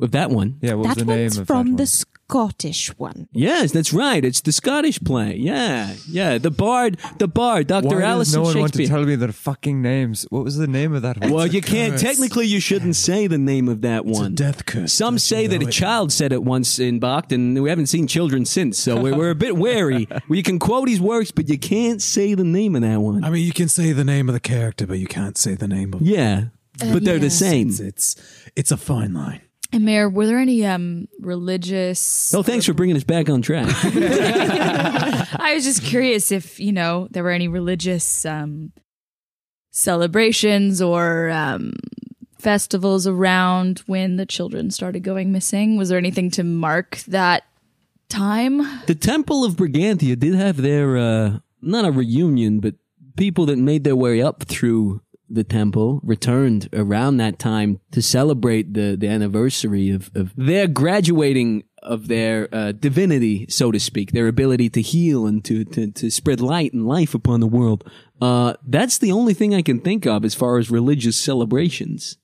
if that one.
Yeah, what was
That
the name
one's
of
from
that one?
the Scottish one.
Yes, that's right. It's the Scottish play. Yeah, yeah. The Bard, the Bard,
Why
Dr.
does
Allison
no one want to
Shakespeare.
tell me their fucking names? What was the name of that one?
well, you can't.
curse.
Technically, you shouldn't say the name of that
It's a
one.
death curse.
Some
don't
say
you
that
know
a
it?
child said it once in Bach, and we haven't seen children since, so we're, we're a bit
<laughs>
wary. We can quote his works, but you can't say the name of that one.
I mean, you can say the name of the character, but you can't say the name of.
yeah, but they're the
yeah.
same.
It's it's, it's a fine line.
and Mayor, were there any um religious?
No, thanks for bringing us back on track. <laughs>
I was just curious if you know there were any religious um celebrations or um festivals around when the children started going missing. Was there anything to mark that time?
the Temple of Brigantia did have their uh, not a reunion, but people that made their way up through the temple returned around that time to celebrate the the anniversary of, of their graduating of their uh, divinity, so to speak, their ability to heal and to to, to spread light and life upon the world. Uh, that's the only thing I can think of as far as religious celebrations.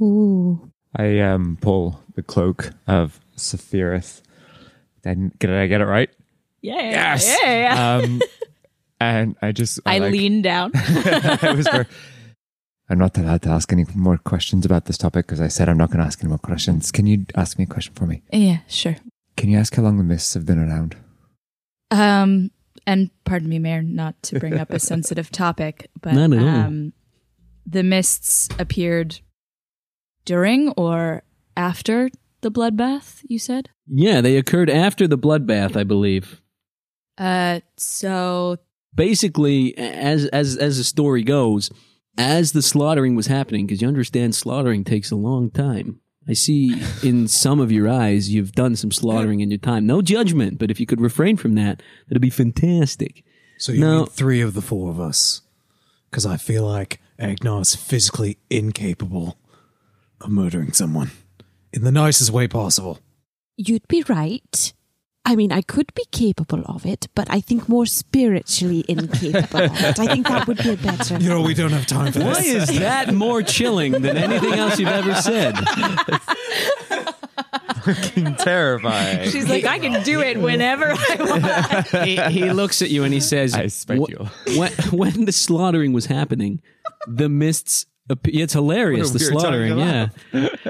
Ooh.
I um, pull the cloak of Sephiroth. Then did I get it right?
Yeah.
Yes.
<laughs>
Um, and I just
I
like, <laughs>
leaned down.
I whisper, I'm not allowed to ask any more questions about this topic because I said I'm not going to ask any more questions. Can you ask me a question for me?
yeah, sure.
Can you ask how long the mists have been around?
Um, and pardon me, Mayor, not to bring <laughs> up a sensitive topic, but
Not at all.
um, the mists appeared during or after the bloodbath. You said,
Yeah, they occurred after the bloodbath, I believe.
uh, so
basically as as as the story goes as the slaughtering was happening because you understand slaughtering takes a long time
<laughs>
i see in some of your eyes you've done some slaughtering in your time no judgment but if you could refrain from that that'd be fantastic
So you
No.
need three of the four of us because I feel like Agnar's physically incapable of murdering someone in the nicest way possible.
You'd be right. I mean, I could be capable of it, but I think more spiritually incapable of it. I think that would be a better.
<laughs> You know, we don't have time for
Why
this.
is that more chilling than anything else you've ever said?
Fucking terrifying.
She's like, I can do it whenever I want.
he, he looks at you and he says,
I spent
"Wh-
you.
When, when the slaughtering was happening, the mists. ap- It's hilarious.
What
The
a weird time
slaughtering,
to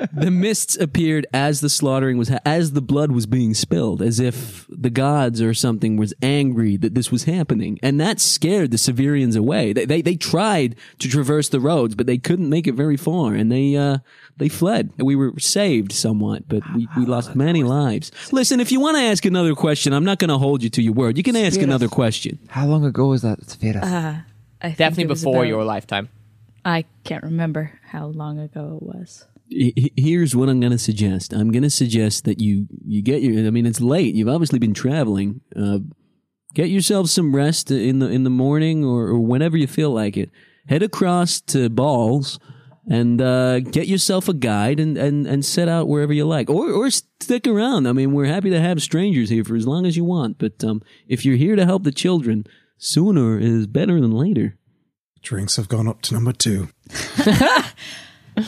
yeah. the mists appeared as the slaughtering was ha- as the blood was being spilled, as if the gods or something was angry that this was happening, and that scared the Severians away. They they, they tried to traverse the roads, but they couldn't make it very far, and they uh, they fled. We were saved somewhat, but we, we lost many lives. Listen, if you want to ask another question, I'm not going to hold you to your word. You can ask another question.
How long ago was that, Safira?
I think
Definitely
it was
before
about-
your lifetime.
I can't remember how long ago it was.
he- he- here's what I'm going to suggest. I'm going to suggest that you you get your. I mean, it's late. You've obviously been traveling. Uh, get yourself some rest in the in the morning or, or whenever you feel like it. Head across to Balls and uh, get yourself a guide and, and, and set out wherever you like or or stick around. I mean, we're happy to have strangers here for as long as you want. But um, if you're here to help the children, sooner is better than later.
Drinks have gone up to number two.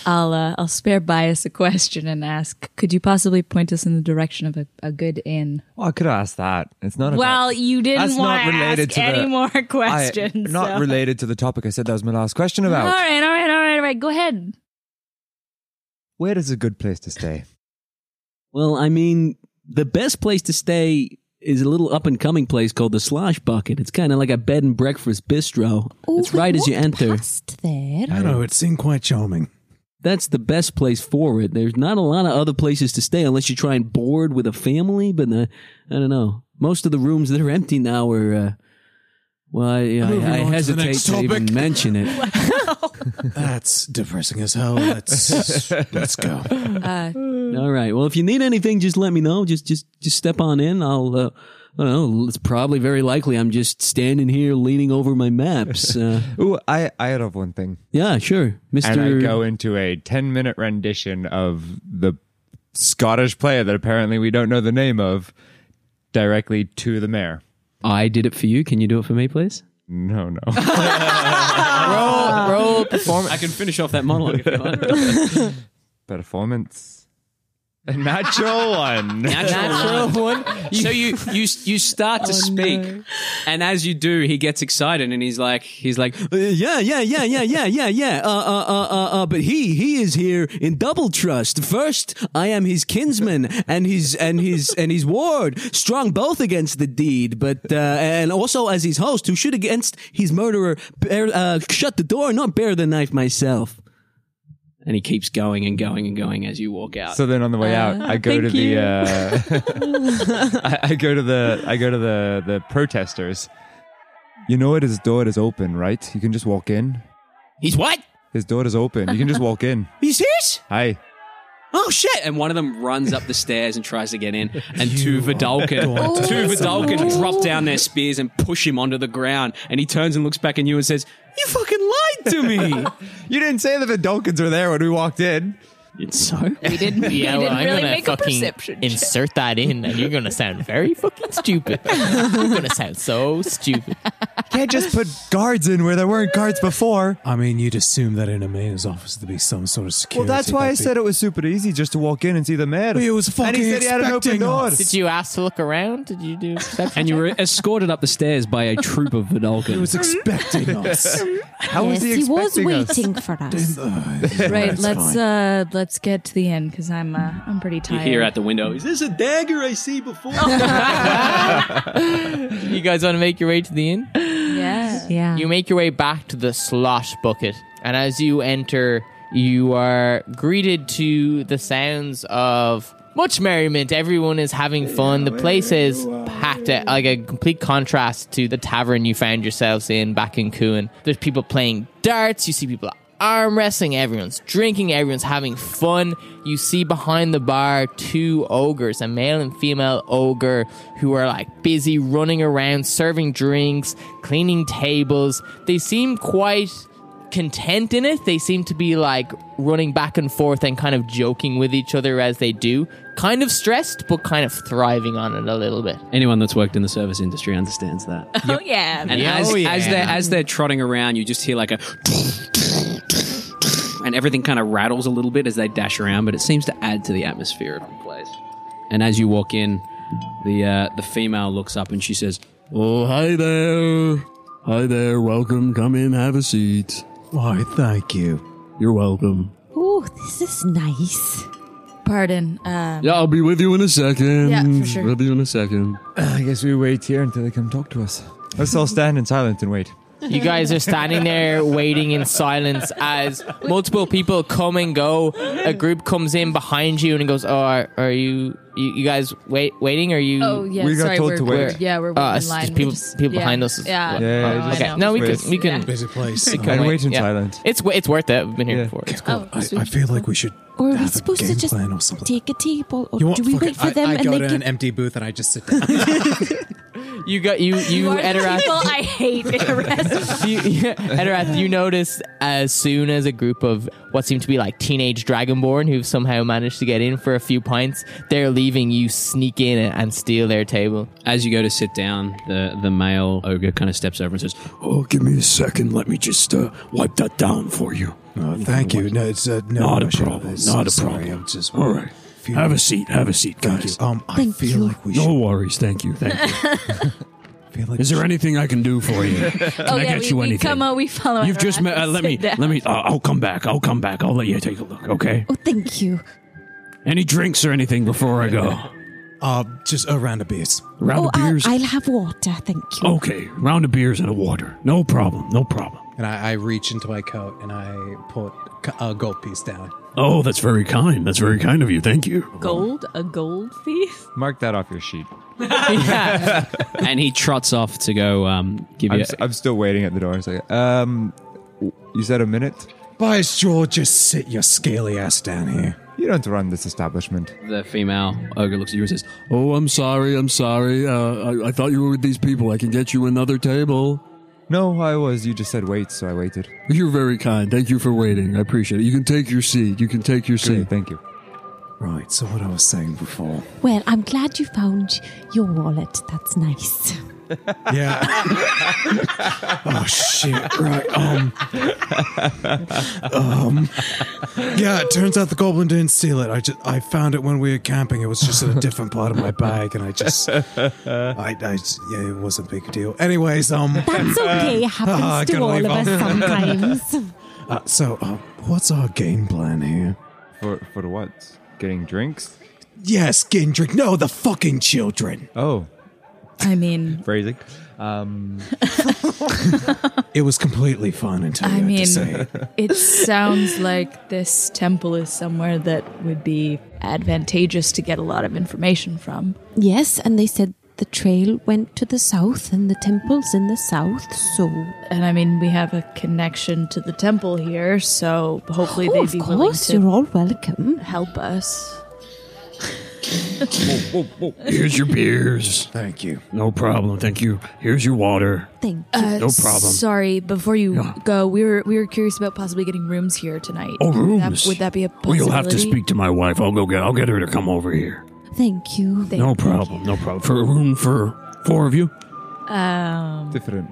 I'll uh, I'll spare Bias a question and ask, could you possibly point us in the direction of a, a good inn?
Well, Oh, I could ask that. It's not.
Well,
about,
you didn't
That's not
wanna
related
ask
to
any
the,
more
I-
questions,
not
so.
related to the topic. I said that was my last question about.
All right, all right, all right, all right. Go ahead.
Where is a good place to stay?
Well, I mean, the best place to stay is a little up and coming place called the Slosh Bucket. It's kind of like a bed and breakfast bistro.
Oh,
it's right
we
as you
walked
enter.
past there.
I know it seemed quite charming.
That's the best place for it. There's not a lot of other places to stay unless you try and board with a family, but uh, I don't know. Most of the rooms that are empty now are. Uh, well, I, I,
Moving
I
on to the
hesitate
next
to, even
topic.
mention
<laughs>
it.
That's depressing as hell. Let's let's go.
Uh,
Mm.
All right. Well, if you need anything, just let me know. Just, just, just step on in. I'll. Uh, I don't know. It's probably very likely I'm just standing here leaning over my
<laughs>
maps. Uh,
Ooh, I I have one thing,
Yeah, sure, Mister.
and I go into a ten-minute rendition of the Scottish player that apparently we don't know the name of directly to the mayor.
I did it for you. Can you do it for me, please?
No, no.
roll,
Uh,
roll performance.
I can finish off that monologue if you want.
<laughs> Performance. A
<laughs>
natural one.
Natural one.
<laughs> so you you you
Oh,
start to speak, and as you do, he gets excited and he's like he's like "Uh, yeah yeah yeah yeah yeah yeah yeah uh uh uh uh uh. But he he is here in double trust. First, I am his kinsman and his and his and his ward, strong both against the deed, but uh, and also as his host, who should against his murderer bear, uh, shut the door, not bear the knife myself. And he keeps going and going and going as you walk out.
So then on the way out, I go to
thank
the
you.
uh, <laughs> I, I go to the I go to the the protesters. You know it. His door is open, right? You can just walk in.
he's what?
His door is open. You can just walk <laughs> in.
He's serious?
Hi.
oh shit! And one of them runs up the stairs and tries to get in, and two Vidalcan, two Vidalcan drop down their spears and push him onto the ground. And he turns and looks back at you and says, "You fucking lied to me."
You didn't say that the Duncans were there when we walked in.
it's so.
we didn't. <laughs>
Yeah,
we
well,
didn't
I'm
really
gonna
make a
fucking
perception. check.
insert that in, and you're
<laughs>
gonna sound very fucking stupid. you're gonna sound so
<laughs>
stupid.
Can't just put guards in where there weren't guards before.
I mean, you'd assume that in a mayor's office there'd be some sort of
Well,
security.
that's why I
That'd be-
said it was super easy just to walk in and see the mayor.
He was
and he
fucking
said he had an open
expecting
door.
us.
Did you ask to look around? Did you do? perception
And you
check?
were escorted up the stairs by a troop of <laughs> Vidalcans.
expecting us.
How
yes,
was he
Oh, he, was
expecting us?
waiting <laughs> for us.
Right,
That's
let's
fine.
uh let's get to the end because I'm uh, I'm pretty tired.
the window, is this a dagger I see before?
You guys want to make your way to the inn?
yeah.
yeah.
You make your way back to the slosh bucket, and as you enter, you are greeted to the sounds of much merriment. Everyone is having fun. The place is packed, uh, like a complete contrast to the tavern you found yourselves in back in Coon. There's people playing darts. You see people arm wrestling. Everyone's drinking. Everyone's having fun. You see behind the bar two ogres, a male and female ogre, who are like busy running around, serving drinks, cleaning tables. They seem quite content in it. They seem to be like running back and forth and kind of joking with each other as they do. Kind of stressed, but kind of thriving on it a little bit.
Anyone that's worked in the service industry understands that.
Oh yeah.
And
Yeah.
as,
Oh, yeah.
as they're as they're trotting around, you just hear like a and everything kind of rattles a little bit as they dash around, but it seems to add to the atmosphere of the place. And as you walk in, the uh, the female looks up and she says,
Oh, hi there. Hi there. Welcome. Come in. Have a seat.
Why, thank you.
You're welcome.
Oh, this is nice. Pardon. Um,
Yeah, I'll be with you in a second.
Yeah, for sure.
With you in a second.
I guess we wait here until they come talk to us. Let's all stand in silence and wait.
You guys are standing there waiting in silence as multiple people come and go. A group comes in behind you and goes, "Oh, are, are you, you you guys wait waiting? Are you?"
Oh, yeah, We got sorry, told we're- to wait. we're- yeah, we're
Uh,
in
it's
line.
just
We
people
just-
people
yeah.
behind us. is-
Yeah.
what?
Yeah,
Oh,
just-
okay.
I know.
No, we can
Just
we
wait.
can
Yeah. Busy place.
We
And
wait,
wait in
yeah.
silence.
It's it's worth it. We've been here before.
<laughs>
It's
Oh,
Oh,
cool.
I, I feel like we should.
Or are we
have
supposed
a
to
game
just
plan or something.
take a table? Or
You want-
do we
fuck it.
wait for
I-
them
I
and
go
they
to
give
an empty booth and I just sit down.
You got you you
are the
Edorath.
people I hate
<laughs>
in a restaurant.
<laughs> you, yeah, Edorath, you notice as soon as a group of what seem to be like teenage dragonborn who've somehow managed to get in for a few pints, they're leaving you sneak in and, and steal their table.
As you go to sit down, the the male ogre kind of steps over and says,
Oh, give me a second. Let me just uh, wipe that down for you.
<laughs> Oh, thank you. No, it's uh, no
Not a
rush at all.
problem.
It's-
Not a
sorry,
problem.
I'm just
All right.
feeling-
Have a seat. Have a seat,
Thank
guys.
you. Um, I
Thank
feel
you.
like we should.
No worries. Thank you. Thank you.
<laughs> feel
Is
like we
there
should-
anything I can do for you?
<laughs>
Can
oh
I
yeah,
get
we,
you
we
anything?
come out. We follow.
You've just met.
Edorath
Uh,
and
let me.
sit down.
Let me. Uh, I'll come back. I'll come back. I'll let you take a look. Okay.
Oh, thank you.
Any drinks or anything before I go?
Uh, just a round of beers.
Round
oh,
uh,
of beers.
I'll, I'll have water. Thank you.
Okay, round of beers and a water. No problem. No problem.
And I, I reach into my coat and I put c- a gold piece down.
Oh, that's very kind. That's very kind of you. Thank you.
Gold, a gold piece.
Mark that off your sheet.
and he trots off to go um, give
I'm,
you.
s- I'm still waiting at the door. It's like, um, w- you said a minute?
By George, just sit your scaly ass down here.
You don't run this establishment.
the female ogre looks at you and says,
Oh, I'm sorry. I'm sorry. Uh, I, I thought you were with these people. I can get you another table.
No, I was. You just said wait, so I waited.
You're very kind. Thank you for waiting. I appreciate it. You can take your seat. You can take your seat.
Thank you.
Right, so what I was saying before.
Well, I'm glad you found your wallet. That's nice.
Yeah. <laughs> oh shit! Right. Um. Um. Yeah. It turns out the goblin didn't steal it. I just I found it when we were camping. It was just in a different part of my bag, and I just I, I yeah, it wasn't a big deal. Anyways, um.
That's <laughs> okay. It happens
Ah,
to
gotta
all
leave
of us <laughs>
off.
sometimes.
Uh, so, um, what's our game plan here?
For for what? Getting drinks?
Yes, getting drink. No, the fucking children.
Oh,
I mean,
phrasing. Um,
It was completely fun until you
I
had
mean,
to say it.
it sounds like this temple is somewhere that would be advantageous to get a lot of information from.
yes, and they said the trail went to the south and the temple's in the south, so.
And I mean, we have a connection to the temple here, so hopefully
Oh,
they'd
of
be willing
course, you're
to
all welcome.
help us.
Here's your beers.
Thank you.
No problem. Thank you. Here's your water.
Thank you.
Uh,
No problem.
Sorry, before you
Yeah.
go, we were we were curious about possibly getting rooms here tonight.
Oh,
Would that-
rooms.
Would that be a
Well,
possibility?
you'll have to speak to my wife. I'll go get. I'll get her to come over here.
Thank you.
Thank
No
you.
problem. No problem. For a room for four of you,
Um,
different.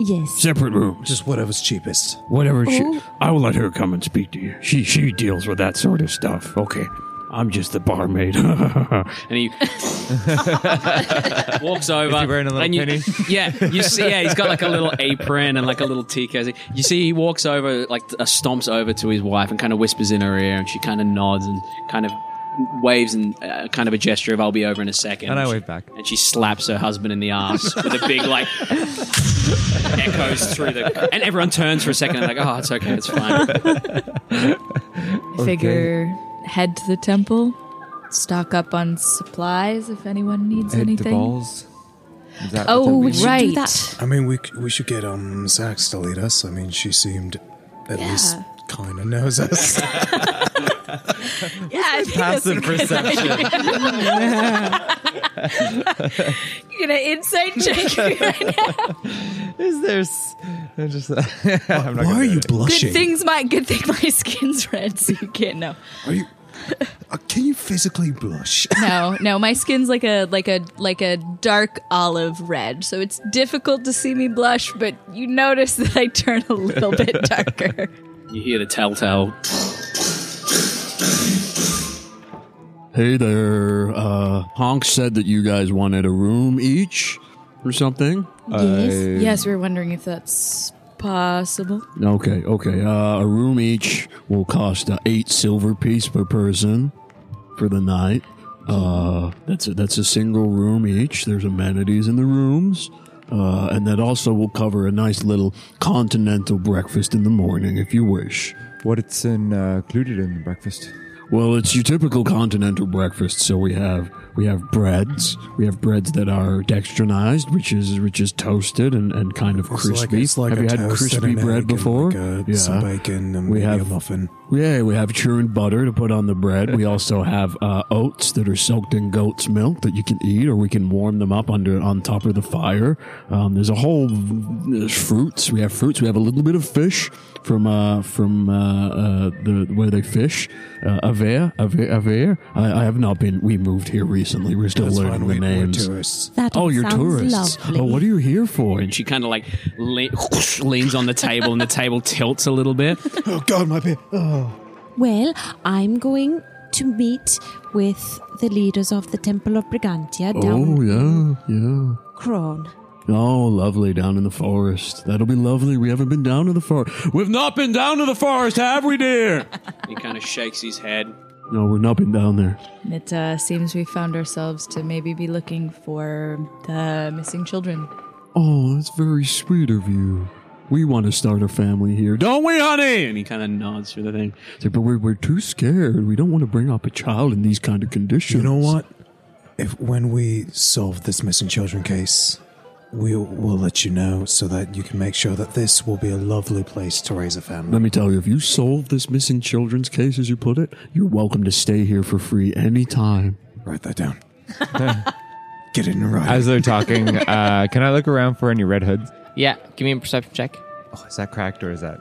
Yes.
separate rooms.
Just whatever's cheapest.
Whatever she,
Oh.
I will let her come and speak to you. She she deals with that sort of stuff. Okay, I'm just the barmaid. <laughs>
and
<laughs>
he walks over.
Is he wearing a little
and you,
penny?
<laughs> Yeah, you see. Yeah, he's got like a little apron and like a little tea cozy. You see, he walks over, like uh, stomps over to his wife and kind of whispers in her ear, and she kind of nods and kind of waves and uh, kind of a gesture of "I'll be over in a second.
And I
she,
wave back.
and she slaps her husband in the ass with a big like <laughs> echoes through the. And everyone turns for a second and like, oh, it's okay, it's fine.
figure head to the temple, stock up on supplies if anyone needs
Head to
anything.
balls. Is that what
Oh,
that
we
means?
should right.
do that.
I mean, we c- we should get um Zax to lead us. I mean, she seemed at least kind of knows
<laughs>
us.
Yeah, <laughs> I think that's a
Passive
good
perception.
<laughs> idea. You're gonna insight check me right now.
Is there? S- I'm
<laughs>
just. I'm not
Why
gonna
are
do
you
it.
blushing?
Good things, my good thing, my skin's red, so you can't know.
Are you? Uh, can you physically
<laughs>
blush?
No, no, my skin's like a like a like a dark olive red, so it's difficult to see me blush. But you notice that I turn a little bit
<laughs>
darker.
You hear the telltale.
Hey there. Uh, Honk said that you guys wanted a room each or something. Uh,
yes, we were wondering if that's possible.
Okay, okay. Uh, a room each will cost uh, eight silver piece per person for the night. Uh, that's a, that's a single room each. There's amenities in the rooms, uh, and that also will cover a nice little continental breakfast in the morning if you wish.
What it's in, uh, included in the breakfast?
Well, it's your typical continental breakfast. So we have we have breads. We have breads that are dextrinized, which is which is toasted and, and kind of
It's
crispy.
like, it's like
have
a
you had
toast and
crispy
an egg
bread
and
before?
like a- some bacon and
we
maybe a
have
muffin.
Yeah, we have churned butter to put on the bread. We also have uh, oats that are soaked in goat's milk that you can eat, or we can warm them up under on top of the fire. Um, there's a whole there's fruits. We have fruits. We have a little bit of fish from uh, from uh, uh, the where they fish. Uh, Aver, Aver, Aver. I, I have not been. We moved here recently. We're still
That's
learning
fine.
the
We- we're
names.
tourists.
That
oh, you're
sounds
tourists.
lovely.
Oh, what are you here for?
And she kind of like le- <laughs> leans on the table, and the table tilts a little bit.
oh God, my beard.
Oh. Well, I'm going to meet with the leaders of the Temple of Brigantia down
Oh yeah, yeah.
Kron.
Oh, lovely down in the forest. That'll be lovely. We haven't been down to the forest. We've not been down to the forest, have we, dear?
<laughs> He kind of shakes his head.
no, we've not been down there.
It uh, seems we found ourselves to maybe be looking for the missing children.
Oh, that's very sweet of you. We want to start a family here, don't we, honey?
And he kind of nods through the thing.
It's like, but we're, we're too scared. We don't want to bring up a child in these kind of conditions.
You know what? If when we solve this missing children case, we will let you know so that you can make sure that this will be a lovely place to raise a family.
Let me tell you, if you solve this missing children's case, as you put it, you're welcome to stay here for free anytime.
Write that down. Get it in right.
As they're talking, <laughs> uh, can I look around for any red hoods?
Yeah, give me a perception check.
Oh, is that cracked or is that?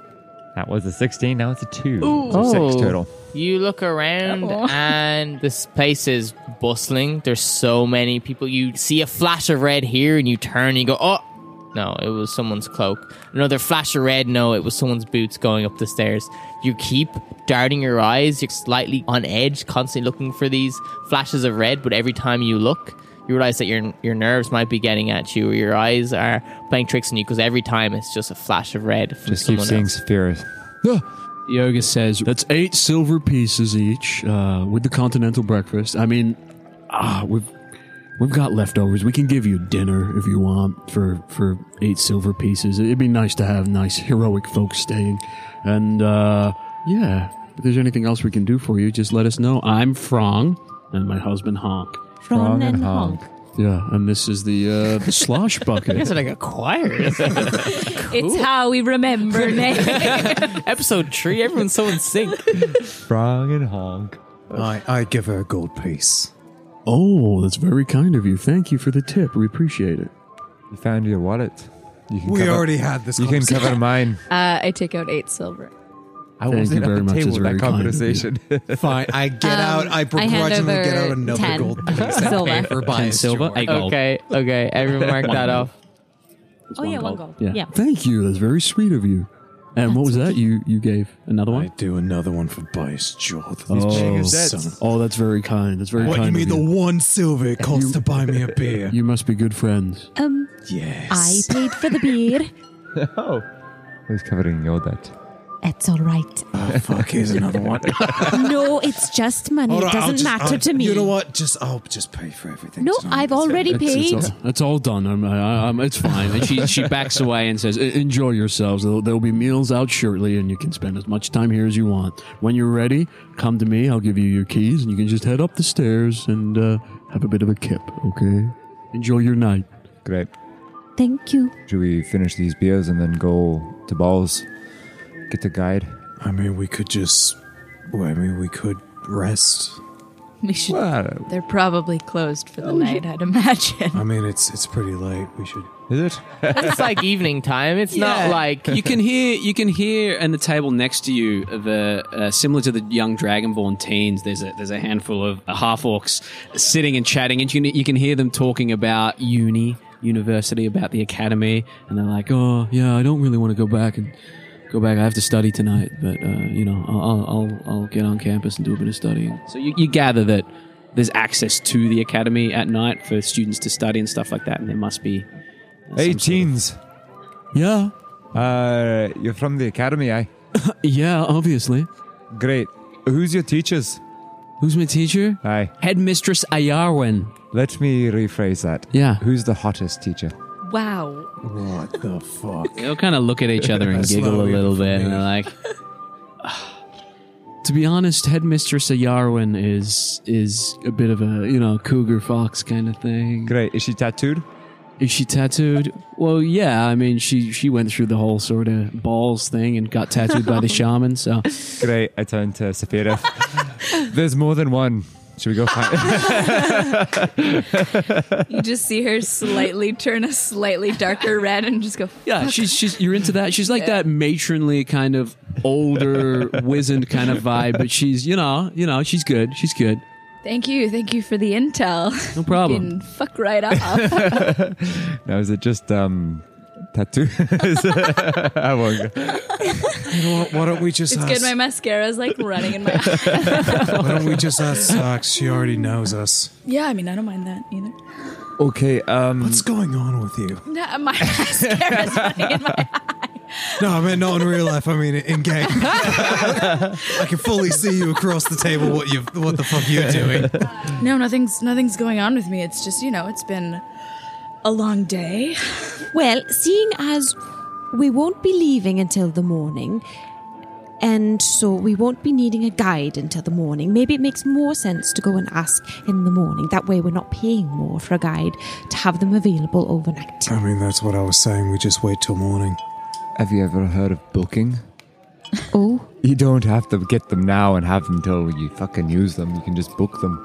That was a 16. Now it's a 2. So
Ooh. Oh.
6 total.
You look around <laughs>
Oh.
and this place is bustling. There's so many people. You see a flash of red here and you turn and you go, oh, no, it was someone's cloak. Another flash of red, no, it was someone's boots going up the stairs. You keep darting your eyes. You're slightly on edge, constantly looking for these flashes of red, but every time you look, you realize that your your nerves might be getting at you or your eyes are playing tricks on you because every time it's just a flash of red from
Just keep
someone
seeing
else.
spheres.
Yoga says,
That's eight silver pieces each uh, with the continental breakfast. I mean, ah, we've we've got leftovers. We can give you dinner if you want for for eight silver pieces. It'd be nice to have nice heroic folks staying. And uh, yeah, if there's anything else we can do for you, just let us know. I'm Frong, and my husband Honk.
Kron and Honk.
Yeah, and this is the uh, the <laughs> slosh bucket.
It's like a choir.
It's how we
<laughs>
remember names.
<laughs> Episode three, everyone's so in sync.
Frog and honk.
I, I give her a gold piece.
Oh, that's very kind of you. Thank you for the tip. We appreciate it.
You found your wallet. You can
We
cover-
already had this
You can cover mine.
Uh, I take out eight silver. <laughs>
I
Thank
wasn't
you very
at the
much.
table
It's
with that
very kind of you.
conversation.
<laughs>
<laughs>
Fine. I get
Um,
out. I
I hand
begrudgingly get out
over
another
10
gold piece.
<laughs>
and
silver.
pay for buying
Ten silver,
Stuart.
eight gold.
Okay, okay. Everyone mark
<laughs>
that off.
Oh, yeah, one gold.
Yeah.
Yeah.
Thank you. That's very sweet of you. And what was that you you gave? Another
I
one?
do another one for bias jaw.
Oh,
son of-
oh, that's very kind. That's very
What you
kind.
mean
of
the
you.
one silver it costs
You-
to buy me a beer?
<laughs>
You must be good friends.
Um,
yes.
I paid for the beer.
oh. I was covered in your debt.
That's all right.
Oh, fuck, here's
<laughs>
another one.
No, it's just money.
All
it
right, I'll
doesn't
just-
matter
I'll-
to me.
You know what? Just I'll just pay for everything.
No,
tonight.
I've already
It's, it's
paid.
all, it's all done. I'm, I, I'm, it's fine.
and she, she backs away and says,
E- Enjoy yourselves. There'll, there'll be meals out shortly, and you can spend as much time here as you want. When you're ready, come to me. I'll give you your keys, and you can just head up the stairs and uh, have a bit of a kip. Okay. Enjoy your night.
Great.
Thank you.
Should we finish these beers and then go to balls? Get the guide?
I mean, we could just. Well, I mean, we could rest.
We should.
Well-
they're probably closed for the night, I'd imagine. <laughs>
I mean, it's it's pretty late. We should.
Is it?
it's like evening time. It's
Yeah.
not like
you can hear you can hear in the table next to you the uh, similar to the young dragonborn teens there's a there's a handful of half orcs sitting and chatting and you can, you can hear them talking about uni university about the academy and they're like oh yeah I don't really want to go back and go back I have to study tonight but uh, you know I'll, I'll I'll I'll get on campus and do a bit of studying so you, you gather that there's access to the academy at night for students to study and stuff like that and there must be
Hey, teens.
yeah
Uh, you're from the academy, eh?
yeah, obviously.
Great. Who's your teachers?
Who's my teacher?
Aye.
Headmistress Ayarwin.
Let me rephrase that.
Yeah.
Who's the hottest teacher?
Wow.
What the fuck?
They'll kind of look at
<laughs>
each other and
That's
giggle
low
a little
even for
bit,
me.
and they're like, "To be honest, Headmistress Ayarwin is is a bit of a you know cougar fox kind of thing."
Great. Is she tattooed?
Is she tattooed? Well, yeah. I mean, she she went through the whole sort of balls thing and got tattooed
<laughs>
by the shaman. So
Great. I turned to Sapira. There's more than one. Should we go find?
You just see her slightly turn a slightly darker red and just go,
Yeah, she's she's you're into that. She's like that matronly kind of <laughs> older, wizened kind of vibe, but she's you know you know she's good. She's good.
thank you, thank you for the intel. <laughs>
No problem.
You can fuck right off.
now is it just um tattoo? <laughs> I won't. go.
<laughs> You know what? Why don't we just
it's
ask?
good my mascara's like running in my eye.
Why don't we just ask Socks? She already knows us.
Yeah, I mean, I don't mind that either. <laughs>
Okay. Um.
What's going on with you?
No, my mascara's <laughs> running in my
No, I mean not in real life. I mean in <laughs> game. I can fully see you across the table. What you? What the fuck you're doing?
No, nothing's nothing's going on with me. It's just, you know, it's been a long day.
Well, seeing as we won't be leaving until the morning, and so we won't be needing a guide until the morning, maybe it makes more sense to go and ask in the morning. That way, we're not paying more for a guide to have them available overnight.
I mean that's what I was saying. We just wait till morning.
Have you ever heard of booking?
Oh,
You don't have to get them now and have them till you fucking use them. You can just book them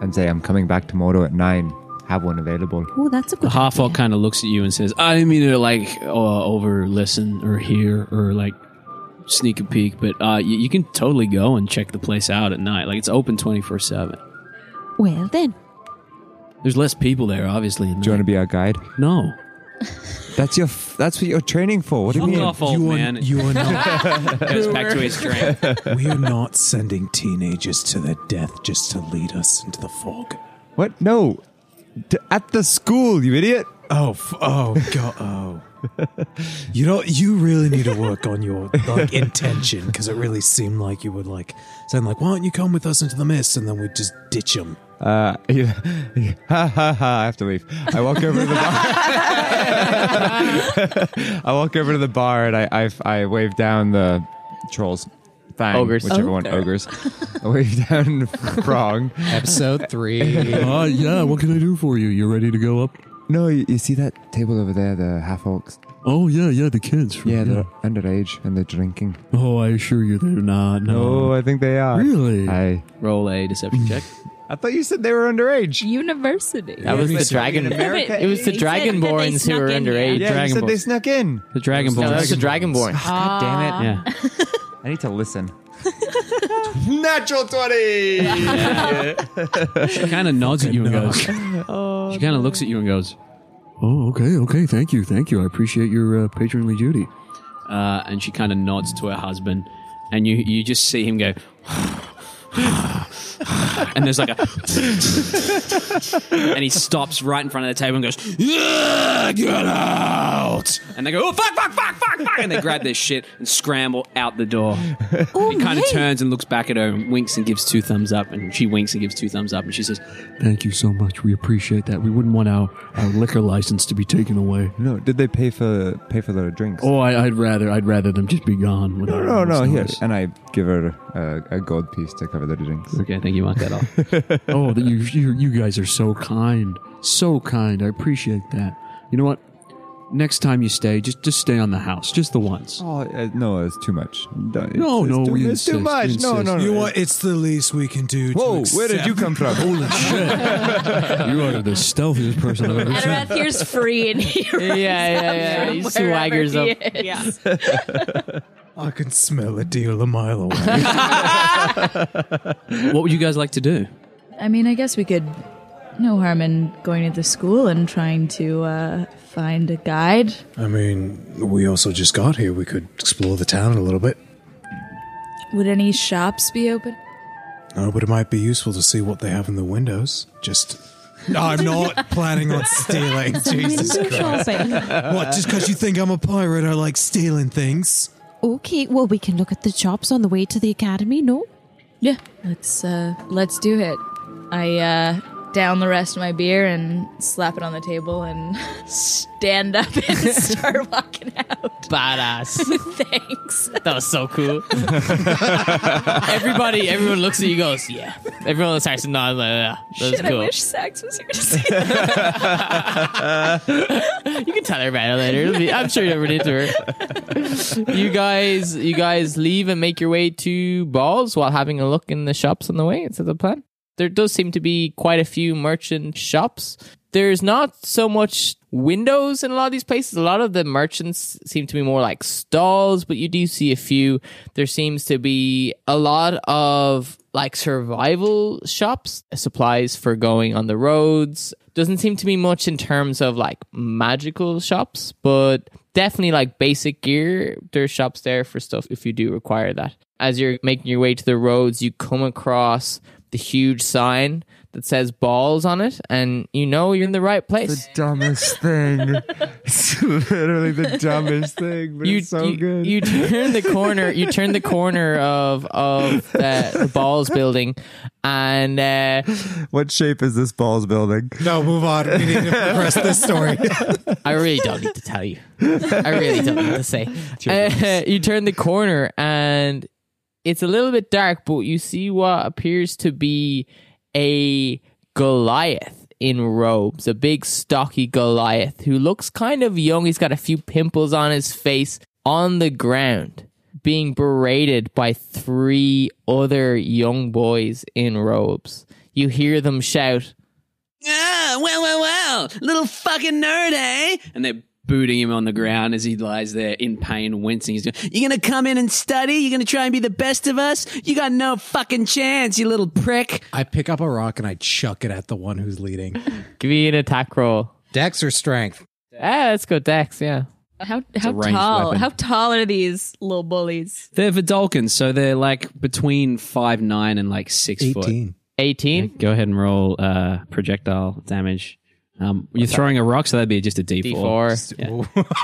and say, I'm coming back tomorrow at nine. Have one available.
oh, that's a
The
good.
half orc kind of looks at you and says, "I didn't mean to like uh, over listen or hear or like sneak a peek, but uh, you, you can totally go and check the place out at night. Like it's open twenty four seven.
Well then,
There's less people there, obviously.
Do you want to be our guide?
No,
That's your. F- that's what you're training for. What do you
fuck
mean?
off, old
you are.
man.
You are not.
Goes back to his drink.
we are not sending teenagers to their death just to lead us into the fog.
What? No. D- at the school, you idiot.
Oh, f- oh, god, oh. You know, you really need to work on your like intention because it really seemed like you would like saying like, "Why don't you come with us into the mist?" And then we'd just ditch him.
Uh, <laughs> yeah, ha ha ha! I have to leave. I walk over to the bar. <laughs> I walk over to the bar and I I, I wave down the trolls, fang,
Ogres.
whichever one, ogres. I wave <laughs> down Prong.
Episode three.
Ah, yeah. What can I do for you? You ready to go up?
No, you, you see that table over there, the half orcs.
Oh yeah, yeah. The kids. from-
Yeah, they're underage and they're drinking.
Oh, I assure you, they're not.
Oh.
No,
No.
I think they are.
Really?
I
Roll a deception check.
I thought you said they were underage.
University.
that was the
Sorry,
dragon.
in America,
It was the
They said that they
dragonborns who
snuck
were
in there.
underage.
Yeah, you
Dragon
said
Ball.
they snuck in.
The Dragon
No,
Ball.
that's the dragonborn.
God damn it!
Yeah.
I need to listen. Natural twenty.
She kind of nods at you and
<laughs>
goes. she kind of looks at you and goes,
Oh, okay, okay. Thank you, thank you. I appreciate your uh, patronly duty.
uh, and she kind of nods to her husband, and you you just see him go, <sighs> and there's like a, <laughs> and he stops right in front of the table and goes, "Yeah, get out! And they go, oh fuck, fuck, fuck, fuck, fuck, and they grab their shit and scramble out the door.
Oh,
He kind of
hey.
turns and looks back at her and winks and gives two thumbs up, and she winks and gives two thumbs up, and she says,
Thank you so much. We appreciate that. We wouldn't want our, our liquor license to be taken away.
No, did they pay for pay for their drinks?
Oh, I, I'd rather I'd rather them just be gone.
no, no, no. Here, and I give her a, a gold piece to cover the drinks.
"Okay, I think you mark that off."
oh, that you, you you guys are so kind, so kind. I appreciate that. You know what?
next time you stay, just just stay on the house, just the once.
Oh uh, no, it's too much. No, it's,
No,
it's
no,
too,
we
it's too
insist,
much.
we
No,
insist.
no, no.
You know what? It's the least we can do. to
Whoa, where did
accept-
you
<laughs>
come
<laughs>
from?
Holy shit!
you are the stealthiest person I've
<laughs>
ever seen.
Adareth here's free and he runs
yeah,
up
<laughs>
yeah.
from
He
wherever
swaggers
he
up.
is.
I can smell a deal a mile
<laughs>
away.
What would you guys like to do?
I mean, I guess we could. No harm in going to the school and trying to uh, find a guide.
I mean, we also just got here. We could explore the town a little bit.
Would any shops be open?
No, but it might be useful to see what they have in the windows. Just. I'm
<laughs>
not planning on stealing. Jesus Christ. What, just because you think I'm a pirate, I like stealing things?
Okay, well, we can look at the shops on the way to the academy, no?
Yeah, let's uh, let's do it. I uh, down the rest of my beer and slap it on the table and <laughs> stand up <laughs> and start walking out.
Ah, Badass.
Thanks.
That was so cool. <laughs> Everybody, everyone looks at you, goes, yeah. Everyone starts nodding. Like, yeah, that's
Shit, I
cool.
wish Sax was here to see
you can tell her about it later. It'll be- I'm sure you'll run into her. you guys, you guys leave and make your way to balls while having a look in the shops on the way. Is that the plan? There does seem to be quite a few merchant shops. There's not so much windows in a lot of these places. A lot of the merchants seem to be more like stalls, but you do see a few. There seems to be a lot of like survival shops, supplies for going on the roads. Doesn't seem to be much in terms of like magical shops, but definitely like basic gear. There's shops there for stuff if you do require that. As you're making your way to the roads, you come across the huge sign that says balls on it, and you know you're in the right place.
dumbest thing. it's literally the dumbest thing, but
you,
it's so
you,
good.
you turn the corner. You turn the corner of of the, the balls building, and uh,
what shape is this balls building?
No, move on. We need to progress this story.
I really don't need to tell you. I really don't need to say. Uh, <laughs> you turn the corner and it's a little bit dark, but you see what appears to be a Goliath in robes, a big stocky Goliath who looks kind of young. He's got a few pimples on his face on the ground, being berated by three other young boys in robes. You hear them shout,
Ah, well, well, well, little fucking nerd, eh? And they're booting him on the ground as he lies there in pain, wincing. He's going, "You're gonna come in and study? You're gonna try and be the best of us? You got no fucking chance, you little prick."
I pick up a rock and I chuck it at the one who's leading.
Give me an attack roll.
Dex or strength?
Ah, let's go, Dex, yeah.
<laughs> How how
a ranged
tall?
weapon.
How tall are these little bullies?
They're Vidalkins, so they're like between five nine and like six foot.
18?
Go ahead and roll uh, projectile damage. Um, you're throwing a rock, so that'd be just a D4.
D4.
Yeah.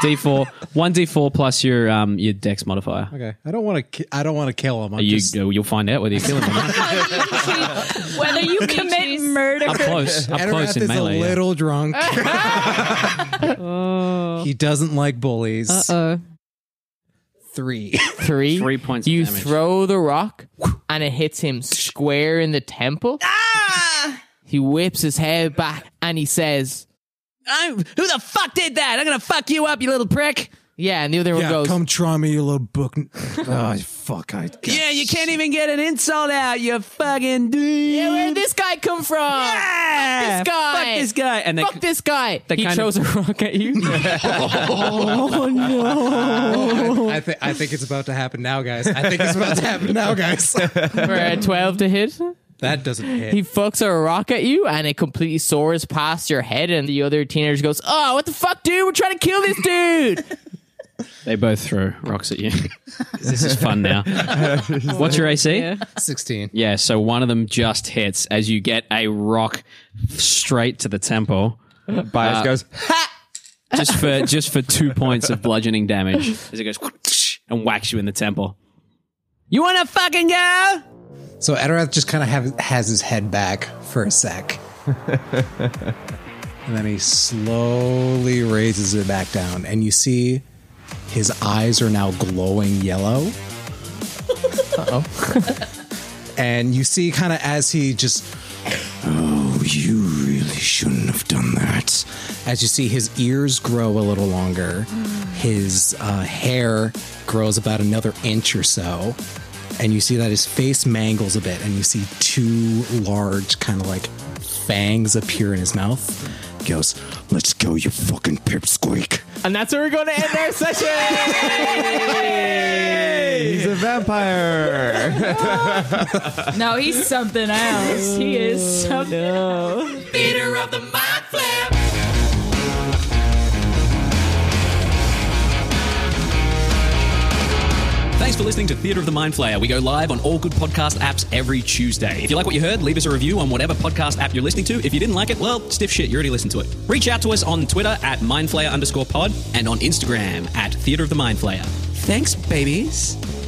D4. One D4 plus your um, your Dex modifier.
Okay, I don't want to. Ki- I don't want to kill him. I'm
Are you,
just-
you'll find out whether you kill him or not.
Whether you commit murder,
Up close. Up
Edorath
close in
is
melee.
a
yeah.
little drunk. he doesn't like bullies.
oh.
Three.
three.
Three points of
You
damage.
throw the rock, and it hits him square in the temple.
Ah!
He whips his head back, and he says,
I'm, who the fuck did that? I'm gonna fuck you up, you little prick.
"Yeah." And the other
yeah,
one goes,
come try me, you little book. oh, fuck! I
Yeah, you can't even get an insult out, you fucking dude.
"Yeah,
<laughs>
where'd this guy come from?
Yeah,
This guy.
Fuck this guy. And they,
Fuck this guy!"
They
he
kind
throws
of-
a rock at you.
<laughs>
I, th- I think it's about to happen now, guys. I think it's about to happen
<laughs>
now, guys.
for a twelve to hit.
that doesn't hit.
He fucks a rock at you, and it completely soars past your head. And the other teenager goes, "Oh, what the fuck, dude? We're trying to kill this dude."
they both throw rocks at you. this is fun now. What's your AC? Yeah.
Sixteen.
so one of them just hits as you get a rock straight to the temple. Uh,
Bias
Uh,
goes.
Just for just for
<laughs>
two points of bludgeoning damage as it goes and whacks you in the temple. <laughs> You wanna fucking go?
So Edorath just kind of have, has his head back for a sec, and then he slowly raises it back down, and you see his eyes are now glowing yellow. Uh <laughs> oh. and you see, kind of as he just, oh, you really shouldn't have done that. As you see, his ears grow a little longer, his uh, hair grows about another inch or so, and you see that his face mangles a bit, and you see two large, kind of like fangs appear in his mouth. He goes, Let's go, you fucking pipsqueak.
And that's where we're going to end our session.
He's a vampire.
No, he's something else. He <laughs> is something else.
Theater of the mind flip.
Thanks for listening to Theatre of the Mind Flayer. We go live on all good podcast apps every Tuesday. If you like what you heard, leave us a review on whatever podcast app you're listening to. If you didn't like it, well, stiff shit, you already listened to it. Reach out to us on Twitter at mindflayer underscore pod and on Instagram at Theatre of the Mind Flayer. Thanks, babies.